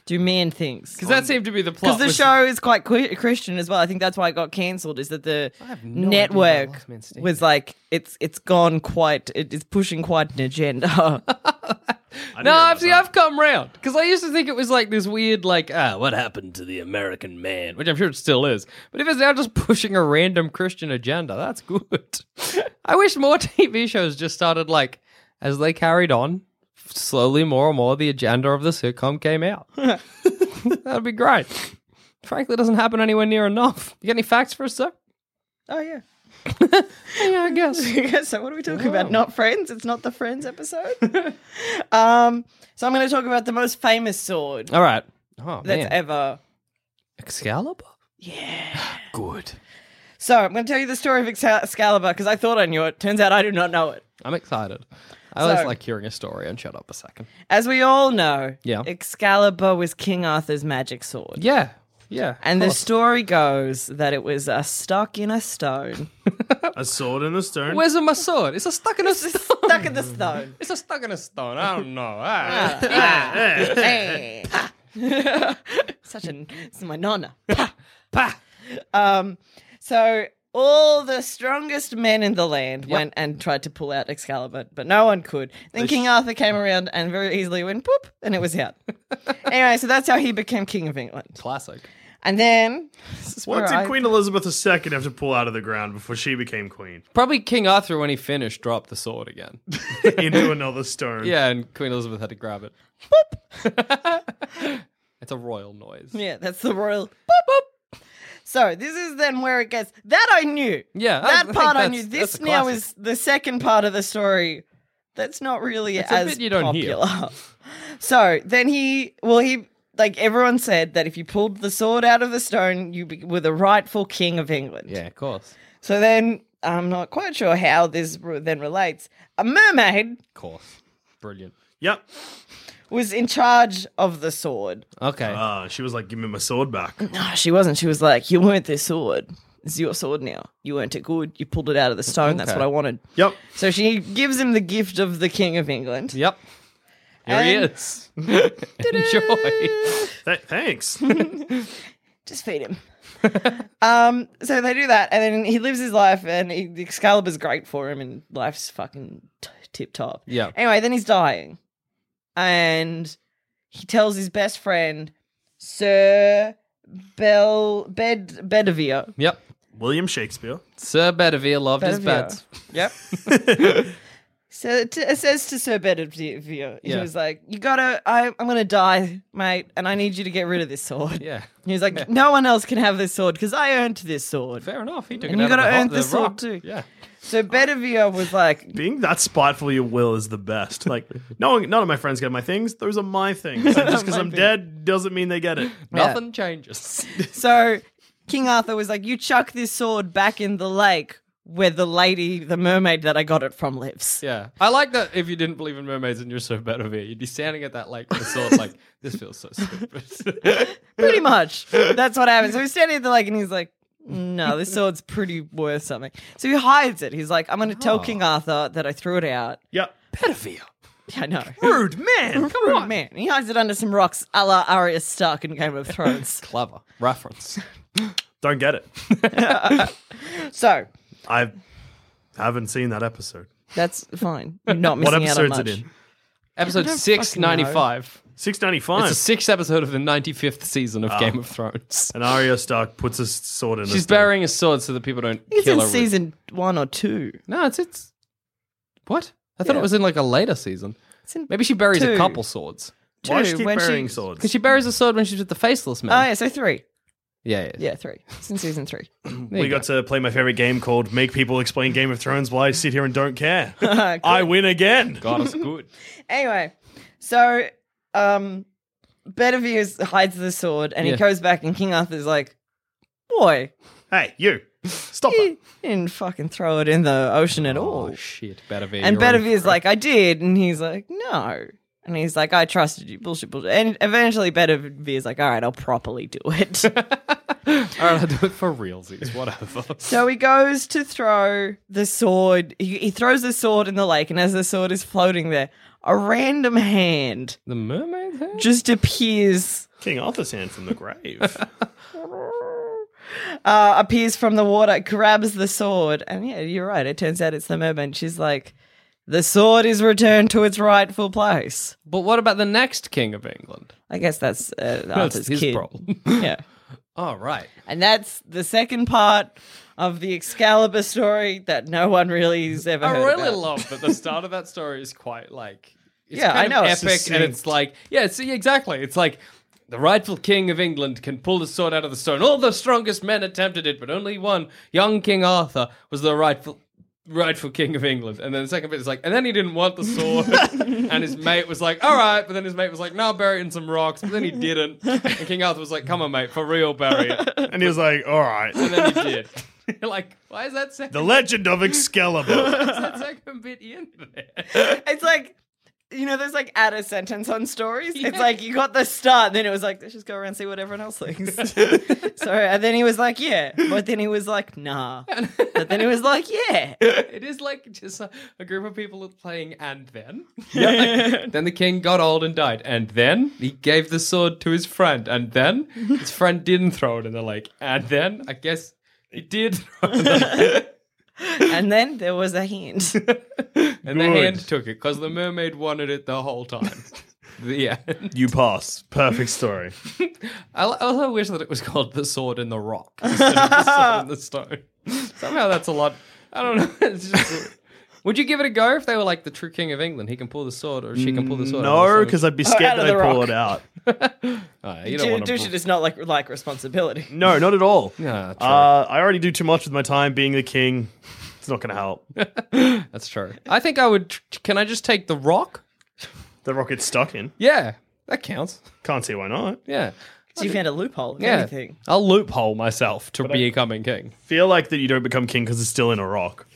Speaker 4: do mean things.
Speaker 3: Because that seemed to be the plot.
Speaker 4: Because the
Speaker 3: was-
Speaker 4: show is quite que- Christian as well. I think that's why it got cancelled. Is that the
Speaker 3: have no idea about
Speaker 4: network
Speaker 3: Last Man Standing.
Speaker 4: was like it's it's gone quite it is pushing quite an agenda. <laughs>
Speaker 2: I didn't
Speaker 3: No,
Speaker 2: hear about
Speaker 3: I've, see,
Speaker 2: that.
Speaker 3: I've come round. Because I used to think it was like this weird, like, ah, what happened to the American man? Which I'm sure it still is. But if it's now just pushing a random Christian agenda, that's good. <laughs> I wish more <laughs> TV shows just started, like, as they carried on, slowly more and more the agenda of the sitcom came <laughs> out. That'd be great. Frankly, it doesn't happen anywhere near enough. You got any facts for us, sir?
Speaker 4: oh yeah.
Speaker 3: Yeah, I guess.
Speaker 4: Okay, <laughs> so what are we talking about? Not friends. It's not the friends episode. <laughs> um, so I'm going to talk about the most famous
Speaker 3: <laughs>
Speaker 4: sword
Speaker 3: All right. Oh,
Speaker 4: that's
Speaker 3: man.
Speaker 4: ever.
Speaker 3: Excalibur? Yeah. <sighs> Good.
Speaker 4: So I'm going to tell you the story of Excal- Excalibur because I thought I knew it. Turns out I do not know it.
Speaker 3: I'm excited. I always
Speaker 4: So-
Speaker 3: like hearing a story and shut up a second.
Speaker 4: As we all know,
Speaker 3: Yeah.
Speaker 4: Excalibur was King Arthur's magic sword.
Speaker 3: Yeah. Yeah.
Speaker 4: And
Speaker 3: of
Speaker 4: the
Speaker 3: course.
Speaker 4: story goes that it was uh, stuck in a stone. <laughs>
Speaker 2: a sword in the stone.
Speaker 3: Where's my sword? It's a stuck in a stone. <laughs>
Speaker 4: stuck in the stone.
Speaker 3: It's a stuck in a stone. I don't know. Ah. <laughs>
Speaker 4: Hey. <laughs> Such an it's my nonna. Pa.
Speaker 3: Pa.
Speaker 4: Um, so all the strongest men in the land went and tried to pull out Excalibur, but no one could. Then King Arthur came around and very easily went boop, and it was out. anyway, so that's how he became king of England.
Speaker 3: Classic.
Speaker 4: And then
Speaker 2: What
Speaker 4: where
Speaker 2: did
Speaker 4: I-
Speaker 2: Queen Elizabeth II have to pull out of the ground before she became
Speaker 4: <laughs>
Speaker 2: queen?
Speaker 3: Probably King Arthur, when he finished, dropped the sword again.
Speaker 2: Into another stone.
Speaker 3: yeah, and Queen Elizabeth had to grab it. <laughs> it's a royal noise.
Speaker 4: yeah, that's the royal boop boop. <laughs> So this is then where it gets that I knew.
Speaker 3: Yeah, I
Speaker 4: that
Speaker 3: think
Speaker 4: part I
Speaker 3: that's-
Speaker 4: knew.
Speaker 3: that's
Speaker 4: This
Speaker 3: a
Speaker 4: now
Speaker 3: classic.
Speaker 4: is the second part of the story. That's not really
Speaker 3: a
Speaker 4: as
Speaker 3: bit you don't hear.
Speaker 4: popular. <laughs> so then he, well, he like everyone said that if you pulled the sword out of the stone, you be, were the rightful king of England.
Speaker 3: Yeah, of course.
Speaker 4: So then I'm not quite sure how this re- then relates. A mermaid
Speaker 3: Of course. Brilliant.
Speaker 2: Yep.
Speaker 4: was in charge of the sword.
Speaker 3: Okay.
Speaker 2: Uh, she was like, give me my sword back.
Speaker 4: No, she wasn't. She was like, you weren't this sword. It's your sword now. You weren't it good. You pulled it out of the stone. That's
Speaker 3: Okay.
Speaker 4: what I wanted.
Speaker 2: yep.
Speaker 4: So she gives him the gift of the King of England.
Speaker 3: yep. Here he
Speaker 4: And-
Speaker 3: is. <laughs>
Speaker 4: <laughs>
Speaker 3: Enjoy.
Speaker 2: Th- thanks.
Speaker 4: just
Speaker 3: <laughs>
Speaker 4: feed him. um, so they do that, and then he lives his life, and he, Excalibur's great for him, and life's fucking t- tip top.
Speaker 3: Yeah.
Speaker 4: Anyway, then he's dying, and he tells his best friend, Sir Bel Bed Bedivere.
Speaker 3: Yep.
Speaker 2: William Shakespeare.
Speaker 3: Sir Bedivere loved his
Speaker 4: Bedivere.
Speaker 3: beds.
Speaker 4: Yep. <laughs> so t- it says to Sir Bedivere, he
Speaker 3: Yeah.
Speaker 4: was like, "You gotta, I, I'm gonna die, mate, and I need you to get rid of this sword."
Speaker 3: Yeah.
Speaker 4: He was like, "No one else can have this sword because I earned this sword."
Speaker 3: Fair enough. He took
Speaker 4: And
Speaker 3: it
Speaker 4: you
Speaker 3: out of
Speaker 4: gotta
Speaker 3: the, ho-
Speaker 4: earn
Speaker 3: the
Speaker 4: the sword
Speaker 3: rock.
Speaker 4: too.
Speaker 3: Yeah.
Speaker 4: So Bedivere was like,
Speaker 2: Being that spiteful you will is the best. Like, no, none of my friends get my things. Those are my
Speaker 4: <laughs>
Speaker 2: things. And just because I'm dead doesn't mean they get it.
Speaker 3: Nothing
Speaker 4: <laughs>
Speaker 3: changes.
Speaker 4: so King Arthur was like, you chuck this sword back in the lake where the lady, the mermaid that I got it from, lives.
Speaker 3: yeah. I like that if you didn't believe in mermaids and you're so bad over here, you'd be standing at that lake with a sword like, this feels so
Speaker 4: <laughs>
Speaker 3: stupid.
Speaker 4: Pretty much. That's what happens. So he's standing at the lake and he's like, no, this sword's pretty worth something. So he hides it. He's like, I'm going to
Speaker 3: Oh.
Speaker 4: tell King Arthur that I threw it out.
Speaker 2: Yep.
Speaker 3: Pedophile.
Speaker 4: Yeah, <laughs> I know.
Speaker 2: Rude
Speaker 4: <laughs>
Speaker 2: man.
Speaker 4: Come on, man. He hides it under some rocks a la Arya Stark in Game
Speaker 2: <laughs>
Speaker 4: of Thrones.
Speaker 3: Clever. Reference.
Speaker 2: Don't get it.
Speaker 4: so
Speaker 2: I haven't seen that episode.
Speaker 4: that's fine. You're not
Speaker 2: <laughs> What
Speaker 4: missing out on
Speaker 2: episode's
Speaker 4: much.
Speaker 2: it in?
Speaker 3: Episode
Speaker 4: don't
Speaker 3: 695.
Speaker 2: Six
Speaker 3: It's
Speaker 2: ninety-five.
Speaker 3: the sixth episode of the 95th season
Speaker 4: Ah.
Speaker 3: of Game of Thrones.
Speaker 2: and Arya Stark puts a sword in.
Speaker 3: She's
Speaker 2: his thing.
Speaker 3: burying a sword so that people don't
Speaker 4: It's
Speaker 3: kill
Speaker 4: in
Speaker 3: her. with-
Speaker 4: season one or two.
Speaker 3: No, it's it's what? I thought it was in like a later season.
Speaker 4: It's in
Speaker 3: Maybe she buries
Speaker 4: two.
Speaker 3: a couple swords
Speaker 2: Why does she
Speaker 4: two,
Speaker 2: keep
Speaker 4: when she-
Speaker 2: burying swords?
Speaker 3: because she buries a sword when she's with the faceless
Speaker 4: Oh,
Speaker 3: man.
Speaker 4: yeah, so three.
Speaker 3: yeah, yeah,
Speaker 4: Yeah, three. It's in season three. <laughs>
Speaker 3: There
Speaker 2: we
Speaker 3: you go.
Speaker 2: got to play my favorite game called Make People Explain Game of Thrones Why I Sit Here and Don't Care. I win again.
Speaker 3: God, it's good.
Speaker 4: Anyway, so um Bedivere is- hides the sword and
Speaker 3: Yeah.
Speaker 4: he goes back and King Arthur's like, Boy,
Speaker 2: Hey, you. Stop
Speaker 4: you
Speaker 2: it.
Speaker 4: didn't fucking throw it in the ocean at all.
Speaker 3: Oh shit, Bedivere.
Speaker 4: and
Speaker 3: you're in
Speaker 4: Bedivere's
Speaker 3: for it.
Speaker 4: like, I did, and he's like, No. And he's like, I trusted you. Bullshit, bullshit. And eventually Bedivere's like, All right, I'll properly do
Speaker 3: <laughs>
Speaker 4: it.
Speaker 3: all right, I'll do it for <laughs> realsies. Whatever.
Speaker 4: So he goes to throw the sword. He, he throws the sword in the lake, and as the sword is floating there, a random hand
Speaker 3: the mermaid's hand.
Speaker 4: just appears.
Speaker 2: <laughs> King Arthur's hand from the grave.
Speaker 4: Uh, appears from the water, grabs the sword, and yeah, you're right. It turns out it's the mermaid. She's like, "The sword is returned to its rightful place."
Speaker 3: But what about the next king of England?
Speaker 4: I guess that's uh,
Speaker 3: That's
Speaker 4: Arthur's
Speaker 3: Oh, his
Speaker 4: kid.
Speaker 3: problem. <laughs>
Speaker 4: yeah,
Speaker 3: All right.
Speaker 4: and that's the second part of the Excalibur story that no one really has ever.
Speaker 3: I
Speaker 4: heard
Speaker 3: really
Speaker 4: about.
Speaker 3: love that the start of that story is quite like it's
Speaker 4: Yeah,
Speaker 3: kind
Speaker 4: I know.
Speaker 3: of epic and it's
Speaker 2: Succinct.
Speaker 3: like yeah, see exactly. It's like the rightful king of England can pull the sword out of the stone. All the strongest men attempted it, but only one, young King Arthur, was the rightful rightful king of England. And then the second bit is like, and then he didn't want the sword,
Speaker 4: <laughs>
Speaker 3: and his mate was like, all right. But then his mate was like, no, bury it in some rocks. But then he didn't, and King Arthur was like, come on, mate, for real, bury it.
Speaker 2: and he was like, all right.
Speaker 3: And then he did. <laughs> You're like, why is that second,
Speaker 2: The Legend of Excalibur.
Speaker 3: why is that second bit in there?
Speaker 4: It's like you know, there's like add a sentence on stories. It's like you got the start, then it was like, let's just go around and see what everyone
Speaker 3: <laughs>
Speaker 4: else thinks. so and then he was like, yeah. But then he was
Speaker 3: <laughs>
Speaker 4: like, nah. But then he was like, yeah.
Speaker 3: it is like just a, a group of people playing and then. <laughs> then the king got old and died. And then he gave the sword to his friend. And then his friend didn't throw it in the lake. And then I guess he did throw it in the
Speaker 4: And then there was
Speaker 3: <laughs>
Speaker 4: a hint.
Speaker 3: lake. And the
Speaker 2: Good.
Speaker 3: hand took it because the mermaid wanted it the whole
Speaker 2: <laughs>
Speaker 3: time. the end.
Speaker 2: you pass. Perfect story.
Speaker 3: I al- I also wish that it was called The Sword in the
Speaker 2: <laughs>
Speaker 3: Rock instead of The Sword in the Stone. Somehow that's a lot. I don't know. <laughs> It's just- would you give it a go if they were like the true king of England? He can pull the sword, or she can pull the sword.
Speaker 2: No, because I'd be
Speaker 4: out
Speaker 2: scared that
Speaker 4: of
Speaker 2: they
Speaker 4: the
Speaker 2: pull
Speaker 4: rock.
Speaker 2: it out.
Speaker 3: uh, you don't
Speaker 4: Do
Speaker 3: want to.
Speaker 4: Dusha does not like like responsibility.
Speaker 2: No, not at all.
Speaker 3: Yeah, Ah, true.
Speaker 2: Uh, I already do too much with my time being the king. It's not going to help.
Speaker 3: that's true. I think I would. Can I just take the rock?
Speaker 2: The rocket's stuck in.
Speaker 3: Yeah, that counts.
Speaker 2: Can't see why not.
Speaker 3: Yeah,
Speaker 4: So you found a loophole.
Speaker 3: yeah.
Speaker 4: Yeah. Anything.
Speaker 3: I'll loophole myself to becoming king.
Speaker 2: Feel like that you don't become king because it's still in a rock.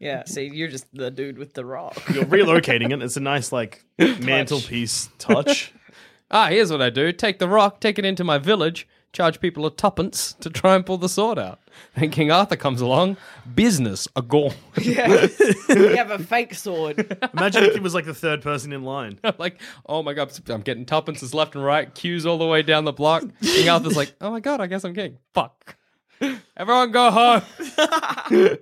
Speaker 4: Yeah. See, you're just the dude with the rock.
Speaker 3: <laughs>
Speaker 2: You're relocating it. It's a nice like mantelpiece touch.
Speaker 3: Ah, here's what I do: take the rock, take it into my village, charge people a tuppence to try and pull the sword out. Then King Arthur comes along, business a gone.
Speaker 4: you have a fake sword.
Speaker 2: Imagine if he was like the third person in line.
Speaker 3: like, oh my god, I'm getting tuppences left and right, queues all the way down the block. King Arthur's like, oh my god, I guess I'm king. Fuck. <laughs> Everyone go home. <laughs>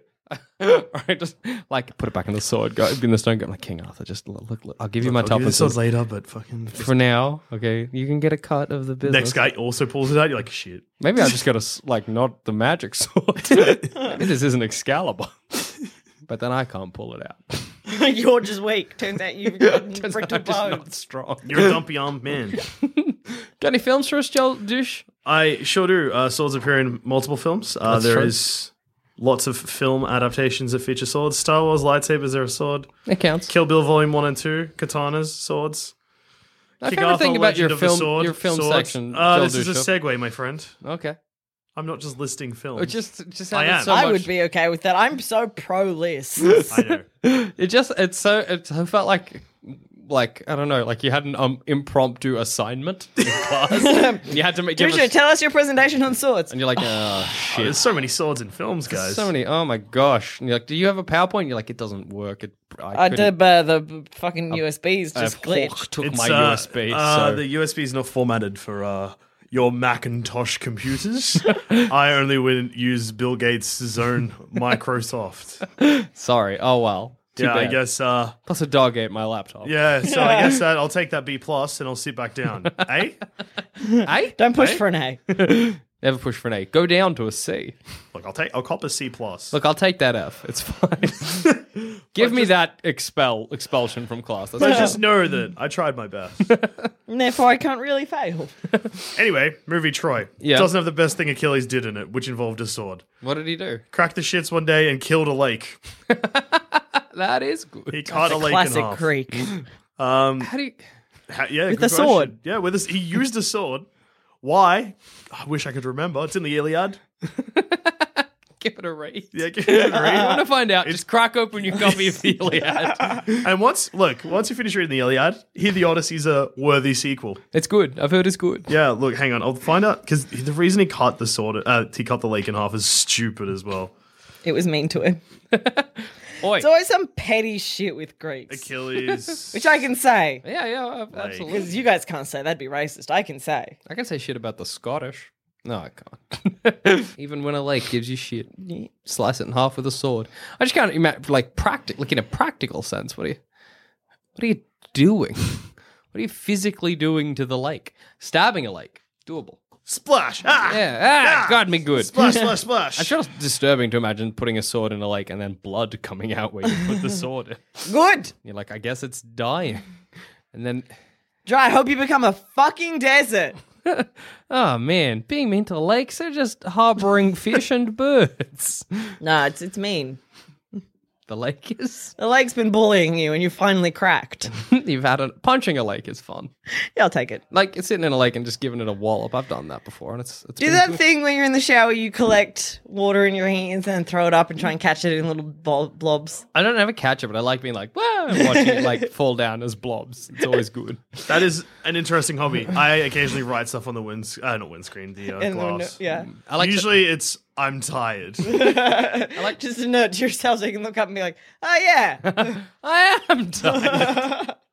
Speaker 3: all right, just like put it back in the sword. Go in the stone. Go like King Arthur. Just look. look, I'll give you my
Speaker 2: I'll give you the
Speaker 3: tuppences
Speaker 2: swords later, but fucking.
Speaker 3: for now. Okay, you can get a cut of the business.
Speaker 2: Next guy also pulls it out. You're like shit.
Speaker 3: Maybe I just got to like not the magic <laughs>
Speaker 2: <laughs>
Speaker 3: sword. Maybe this isn't Excalibur. But then I can't pull it out. <laughs>
Speaker 4: <laughs> you're just weak. Turns out you've got
Speaker 3: Turns out
Speaker 4: brick
Speaker 3: I'm
Speaker 4: and
Speaker 3: just
Speaker 4: bone.
Speaker 3: not strong.
Speaker 2: You're a dumpy armed man.
Speaker 3: Got any films for us, Joel Dush?
Speaker 2: I sure do. Uh, swords appear in multiple films. Uh,
Speaker 3: That's
Speaker 2: there
Speaker 3: true.
Speaker 2: is Lots of film adaptations that feature swords. Star Wars lightsabers are a sword.
Speaker 3: It counts.
Speaker 2: Kill Bill Volume One and Two, katanas, swords.
Speaker 3: My
Speaker 2: Kick
Speaker 3: favorite
Speaker 2: Arthur,
Speaker 3: thing about
Speaker 2: Legend
Speaker 3: your
Speaker 2: of the
Speaker 3: film,
Speaker 2: Sword,
Speaker 3: your film
Speaker 2: swords.
Speaker 3: section.
Speaker 2: Uh,
Speaker 3: Joel
Speaker 2: this is a
Speaker 3: Dusha.
Speaker 2: segue, my friend.
Speaker 3: Okay.
Speaker 2: I'm not just listing films.
Speaker 3: It just, it just
Speaker 2: I
Speaker 3: sounded
Speaker 2: am.
Speaker 3: so
Speaker 4: I
Speaker 3: much-
Speaker 4: would be okay with that. I'm so pro
Speaker 3: <laughs>
Speaker 4: lists.
Speaker 2: I know.
Speaker 3: It just, it's so, it so felt like, like I don't know, like you had an um, impromptu assignment
Speaker 2: <laughs>
Speaker 3: in class. you had to make. give
Speaker 4: Richard,
Speaker 3: us-
Speaker 4: tell us your presentation on swords.
Speaker 3: and you're like, oh shit.
Speaker 2: There's so many swords in films, guys.
Speaker 3: So many. Oh my gosh. And you're like, do you have a PowerPoint? You're like, it doesn't work. It. I,
Speaker 4: I
Speaker 3: couldn't-
Speaker 4: did, uh, the fucking USBs
Speaker 3: I
Speaker 4: just
Speaker 3: Hawk
Speaker 4: glitched.
Speaker 3: took
Speaker 2: It's,
Speaker 3: my
Speaker 2: uh,
Speaker 3: USB.
Speaker 2: Uh,
Speaker 3: so.
Speaker 2: The USB is not formatted for uh, your
Speaker 3: <laughs>
Speaker 2: Macintosh computers. I only would use Bill Gates' own Microsoft.
Speaker 3: Sorry. Oh well. Too
Speaker 2: yeah, I
Speaker 3: bad.
Speaker 2: guess. Uh,
Speaker 3: Plus, a dog ate my laptop.
Speaker 2: yeah, so I guess that I'll take that B plus and I'll sit
Speaker 3: <laughs>
Speaker 2: back down. eh?
Speaker 3: I
Speaker 4: Don't push for an A.
Speaker 3: never push for an A. Go down to a C.
Speaker 2: Look, I'll take. I'll cop a C plus.
Speaker 3: Look, I'll take that F. It's fine.
Speaker 2: <laughs>
Speaker 3: Give me that expel expulsion from class. That's
Speaker 2: I
Speaker 3: fine.
Speaker 2: just know that I tried
Speaker 3: <laughs>
Speaker 2: my best.
Speaker 4: And therefore, I can't really fail.
Speaker 2: anyway, movie Troy
Speaker 3: Yeah.
Speaker 2: doesn't have the best thing Achilles did in it, which involved a sword.
Speaker 3: what did he do?
Speaker 2: Cracked the shits one day and killed a lake.
Speaker 3: That is good.
Speaker 2: He cut a lake in
Speaker 4: Classic
Speaker 2: half.
Speaker 3: <laughs>
Speaker 4: Creek.
Speaker 2: Um,
Speaker 3: How do you?
Speaker 2: Ha- yeah, with
Speaker 4: a sword.
Speaker 2: Yeah, with this, he used a sword. Why? I wish I could remember. It's in the Iliad.
Speaker 3: Give it a rate.
Speaker 2: Yeah, <laughs> give it a
Speaker 3: I <laughs> want
Speaker 2: read.
Speaker 3: to find out. Just crack open your
Speaker 2: <laughs>
Speaker 3: copy of the Iliad.
Speaker 2: and once, look, once you finish reading the Iliad, here the Odyssey's a worthy sequel.
Speaker 3: it's good. I've heard it's good.
Speaker 2: Yeah, look, hang on, I'll find out because the reason he cut the sword, uh, he cut the lake in half, is stupid as well.
Speaker 4: It was mean to him.
Speaker 3: Oi.
Speaker 4: It's always some petty shit with Greeks,
Speaker 2: Achilles.
Speaker 4: which I can say.
Speaker 3: yeah, yeah, ab- absolutely.
Speaker 4: Because you guys can't say that'd be racist. I can say.
Speaker 3: I can say shit about the Scottish. No, I
Speaker 2: <laughs>
Speaker 3: can't. Even when a lake gives you shit, you slice it in half with a sword. I just can't imagine, like, practic, like in a practical sense. What are you, what are you doing? What are you physically doing to the lake? Stabbing a lake, doable.
Speaker 2: splash! Ah!
Speaker 3: Yeah, ah, it got me good. <laughs>
Speaker 2: Splash! Splash!
Speaker 3: I'm
Speaker 2: Splash!
Speaker 3: sure it's disturbing to imagine putting a sword in a lake and then blood coming out where you
Speaker 2: <laughs>
Speaker 3: put the sword. in.
Speaker 4: Good.
Speaker 3: You're like, I guess it's dying. And then,
Speaker 4: Dry, hope you become a fucking desert.
Speaker 3: oh man, being mean to lakes, they're just harboring <laughs> fish and birds.
Speaker 4: Nah, it's, it's mean.
Speaker 3: The lake is.
Speaker 4: The lake's been bullying you and you finally cracked.
Speaker 3: <laughs> You've had it. Punching a lake is fun.
Speaker 4: yeah, I'll take it.
Speaker 3: Like sitting in a lake and just giving it a wallop. I've done that before, and it's it's
Speaker 4: Do
Speaker 3: been
Speaker 4: that
Speaker 3: good.
Speaker 4: thing when you're in the shower, you collect water in your hands and throw it up and try and catch it in little bol- blobs.
Speaker 3: I don't ever catch it, but I like being like whoa, and watching it <laughs> like fall down as blobs. It's always good.
Speaker 2: That is an interesting hobby. I occasionally write stuff on the winds, uh, not windscreen, the uh,
Speaker 4: In the
Speaker 2: glass.
Speaker 4: window- yeah.
Speaker 3: I like to-
Speaker 2: Usually, it's I'm tired.
Speaker 4: I like just a note to yourself so you can look up and be like, oh
Speaker 3: <laughs>
Speaker 4: yeah.
Speaker 3: I am <laughs> tired. <laughs>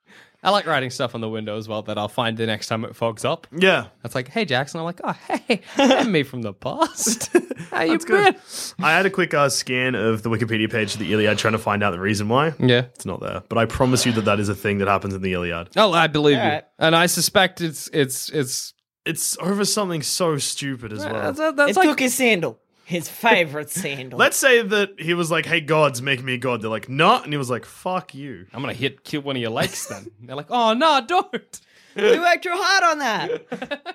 Speaker 3: I like writing stuff on the window as well that I'll find the next time it fogs up.
Speaker 2: yeah.
Speaker 3: That's like, hey Jackson. I'm like, oh hey, <laughs> I'm me from the <laughs> past. How you been?
Speaker 2: I had a quick uh, scan of the Wikipedia page of the Iliad trying to find out the reason why.
Speaker 3: Yeah.
Speaker 2: It's not there, but I promise you that that is a thing that happens in the Iliad.
Speaker 3: Oh, I believe you,
Speaker 4: Alright.
Speaker 3: and I suspect it's it's it's.
Speaker 2: It's over something so stupid as
Speaker 3: That's,
Speaker 2: well.
Speaker 3: that's
Speaker 4: it
Speaker 3: like
Speaker 4: took his sandal, his favorite sandal.
Speaker 2: Let's say that he was like, "Hey gods, make me a god." They're like, "Not," and he was like, "Fuck you."
Speaker 3: I'm gonna hit kill one of your legs then. <laughs> They're like, oh no, don't.
Speaker 4: we worked real hard on that.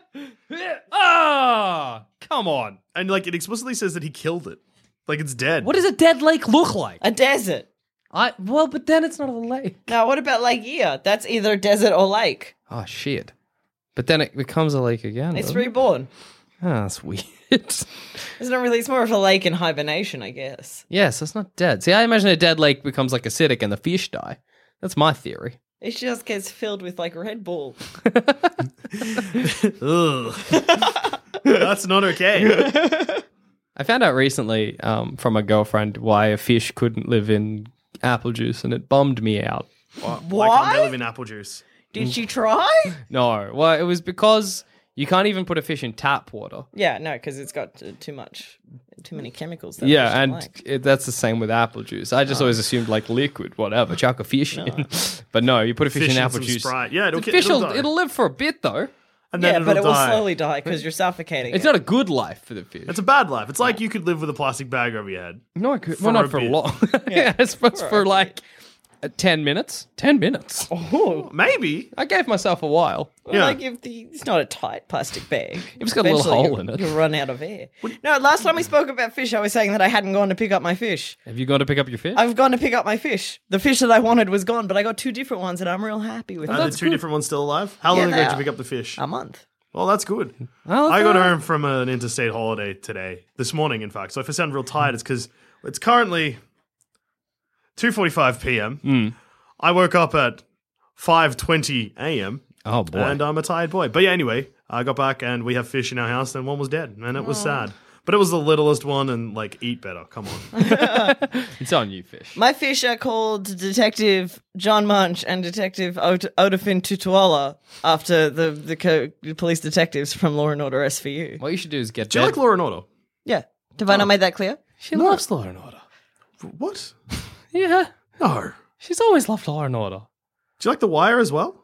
Speaker 3: Ah, come on.
Speaker 2: And like, it explicitly says that he killed it. Like it's dead.
Speaker 3: What does a dead lake look like?
Speaker 4: A desert.
Speaker 3: I well, but then it's not a lake.
Speaker 4: Now, what about Lake Ear? That's either desert or lake.
Speaker 3: Oh shit. But then it becomes a lake again.
Speaker 4: It's
Speaker 3: doesn't it?
Speaker 4: reborn.
Speaker 3: Ah, that's weird.
Speaker 4: It's not really. It's more of a lake in hibernation, I guess.
Speaker 3: <laughs> yes, it's not dead. See, I imagine a dead lake becomes like acidic and the fish die. That's my theory.
Speaker 4: It just gets filled with like Red Bull.
Speaker 2: Ugh. <laughs> That's
Speaker 3: <laughs>
Speaker 2: not okay.
Speaker 3: I found out recently um, from a girlfriend why a fish couldn't live in apple juice, and it bummed me out.
Speaker 2: Why can't they
Speaker 4: Why?
Speaker 2: live in apple juice?
Speaker 4: Did she try?
Speaker 3: <laughs> No, well, it was because you can't even put a fish in tap water.
Speaker 4: yeah, no, because it's got t- too much, too many chemicals. That I
Speaker 3: Yeah,
Speaker 4: don't
Speaker 3: and
Speaker 4: like. Oh.
Speaker 3: it, that's the same with apple juice. I just always assumed like liquid, whatever, chuck a fish in. <laughs> But no, you put a fish,
Speaker 2: Fish
Speaker 3: in
Speaker 2: and
Speaker 3: apple
Speaker 2: some
Speaker 3: juice.
Speaker 2: Sprite. Yeah, it'll
Speaker 3: the
Speaker 2: ki-
Speaker 3: fish
Speaker 2: it'll
Speaker 3: will
Speaker 2: die.
Speaker 3: it'll live for a bit though.
Speaker 2: and then
Speaker 4: yeah, but it will
Speaker 2: die.
Speaker 4: slowly die because you're suffocating.
Speaker 3: It's
Speaker 4: it.
Speaker 3: not a good life for the fish.
Speaker 2: It's a bad life. It's like you could live with a plastic bag over your head.
Speaker 3: no, I could, <laughs>
Speaker 2: for
Speaker 3: well, not
Speaker 2: a
Speaker 3: for
Speaker 2: bit.
Speaker 3: long. yeah, I suppose for like Uh, 10 minutes? 10 minutes.
Speaker 4: Oh,
Speaker 2: Maybe.
Speaker 3: I gave myself a while.
Speaker 2: Yeah.
Speaker 4: Like if the, it's not a tight plastic bag.
Speaker 3: It's got a little
Speaker 4: Eventually
Speaker 3: hole in
Speaker 4: you'll-
Speaker 3: it.
Speaker 4: You'll run out of air. No, last time we spoke about fish, I was saying that I hadn't gone to pick up my fish.
Speaker 3: Have you gone to pick up your fish?
Speaker 4: I've gone to pick up my fish. The fish that I wanted was gone, but I got two different ones, and I'm real happy with
Speaker 2: Are
Speaker 4: it.
Speaker 2: the two different ones still alive? How long
Speaker 4: Yeah,
Speaker 2: ago
Speaker 4: they
Speaker 2: did you
Speaker 4: are. Um,
Speaker 2: pick up the fish?
Speaker 4: A month.
Speaker 2: well, that's good.
Speaker 3: Oh,
Speaker 2: I got
Speaker 3: okay.
Speaker 2: home from an interstate holiday today, this morning, in fact. So if I sound real tired, it's because it's currently 2.45 p.m. I woke up at 5.20 a.m.
Speaker 3: Oh, boy.
Speaker 2: and I'm a tired boy. But yeah, anyway, I got back and we have fish in our house and one was dead and it was sad. But it was the littlest one and like eat better. Come on. uh,
Speaker 3: it's on you, fish.
Speaker 4: My fish are called Detective John Munch and Detective Ot- Odafin Tutuola after the, the co- police detectives from Law and Order SVU.
Speaker 3: What you should do is get
Speaker 2: Do you
Speaker 3: dead.
Speaker 2: like Law and Order?
Speaker 4: Yeah. Have I not made that clear?
Speaker 3: she loves Law and Order.
Speaker 2: What?
Speaker 3: Yeah.
Speaker 2: No.
Speaker 3: She's always loved Law and Order.
Speaker 2: Do you like The Wire as well?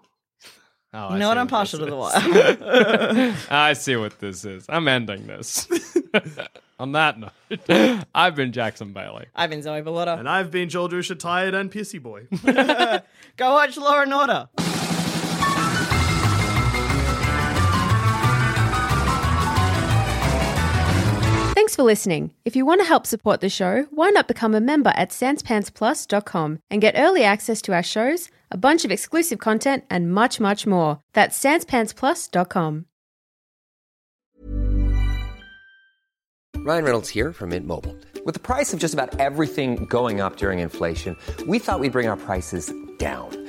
Speaker 3: Oh,
Speaker 4: You
Speaker 3: I
Speaker 4: know
Speaker 3: see
Speaker 4: what? I'm
Speaker 3: this
Speaker 4: partial to the
Speaker 3: is.
Speaker 4: wire.
Speaker 3: <laughs> I see what this is. I'm ending this. <laughs> On that note, <laughs> I've been Jackson Bailey.
Speaker 4: <laughs> I've been Zoe Bellotta.
Speaker 2: And I've been Joel Drusha, tired and pissy boy.
Speaker 4: Go watch Law and Order.
Speaker 5: Thanks for listening. If you want to help support the show, why not become a member at sanspantsplus.com and get early access to our shows, a bunch of exclusive content, and much, much more. That's sanspantsplus.com.
Speaker 6: Ryan Reynolds here from Mint Mobile. With the price of just about everything going up during inflation, we thought we'd bring our prices down.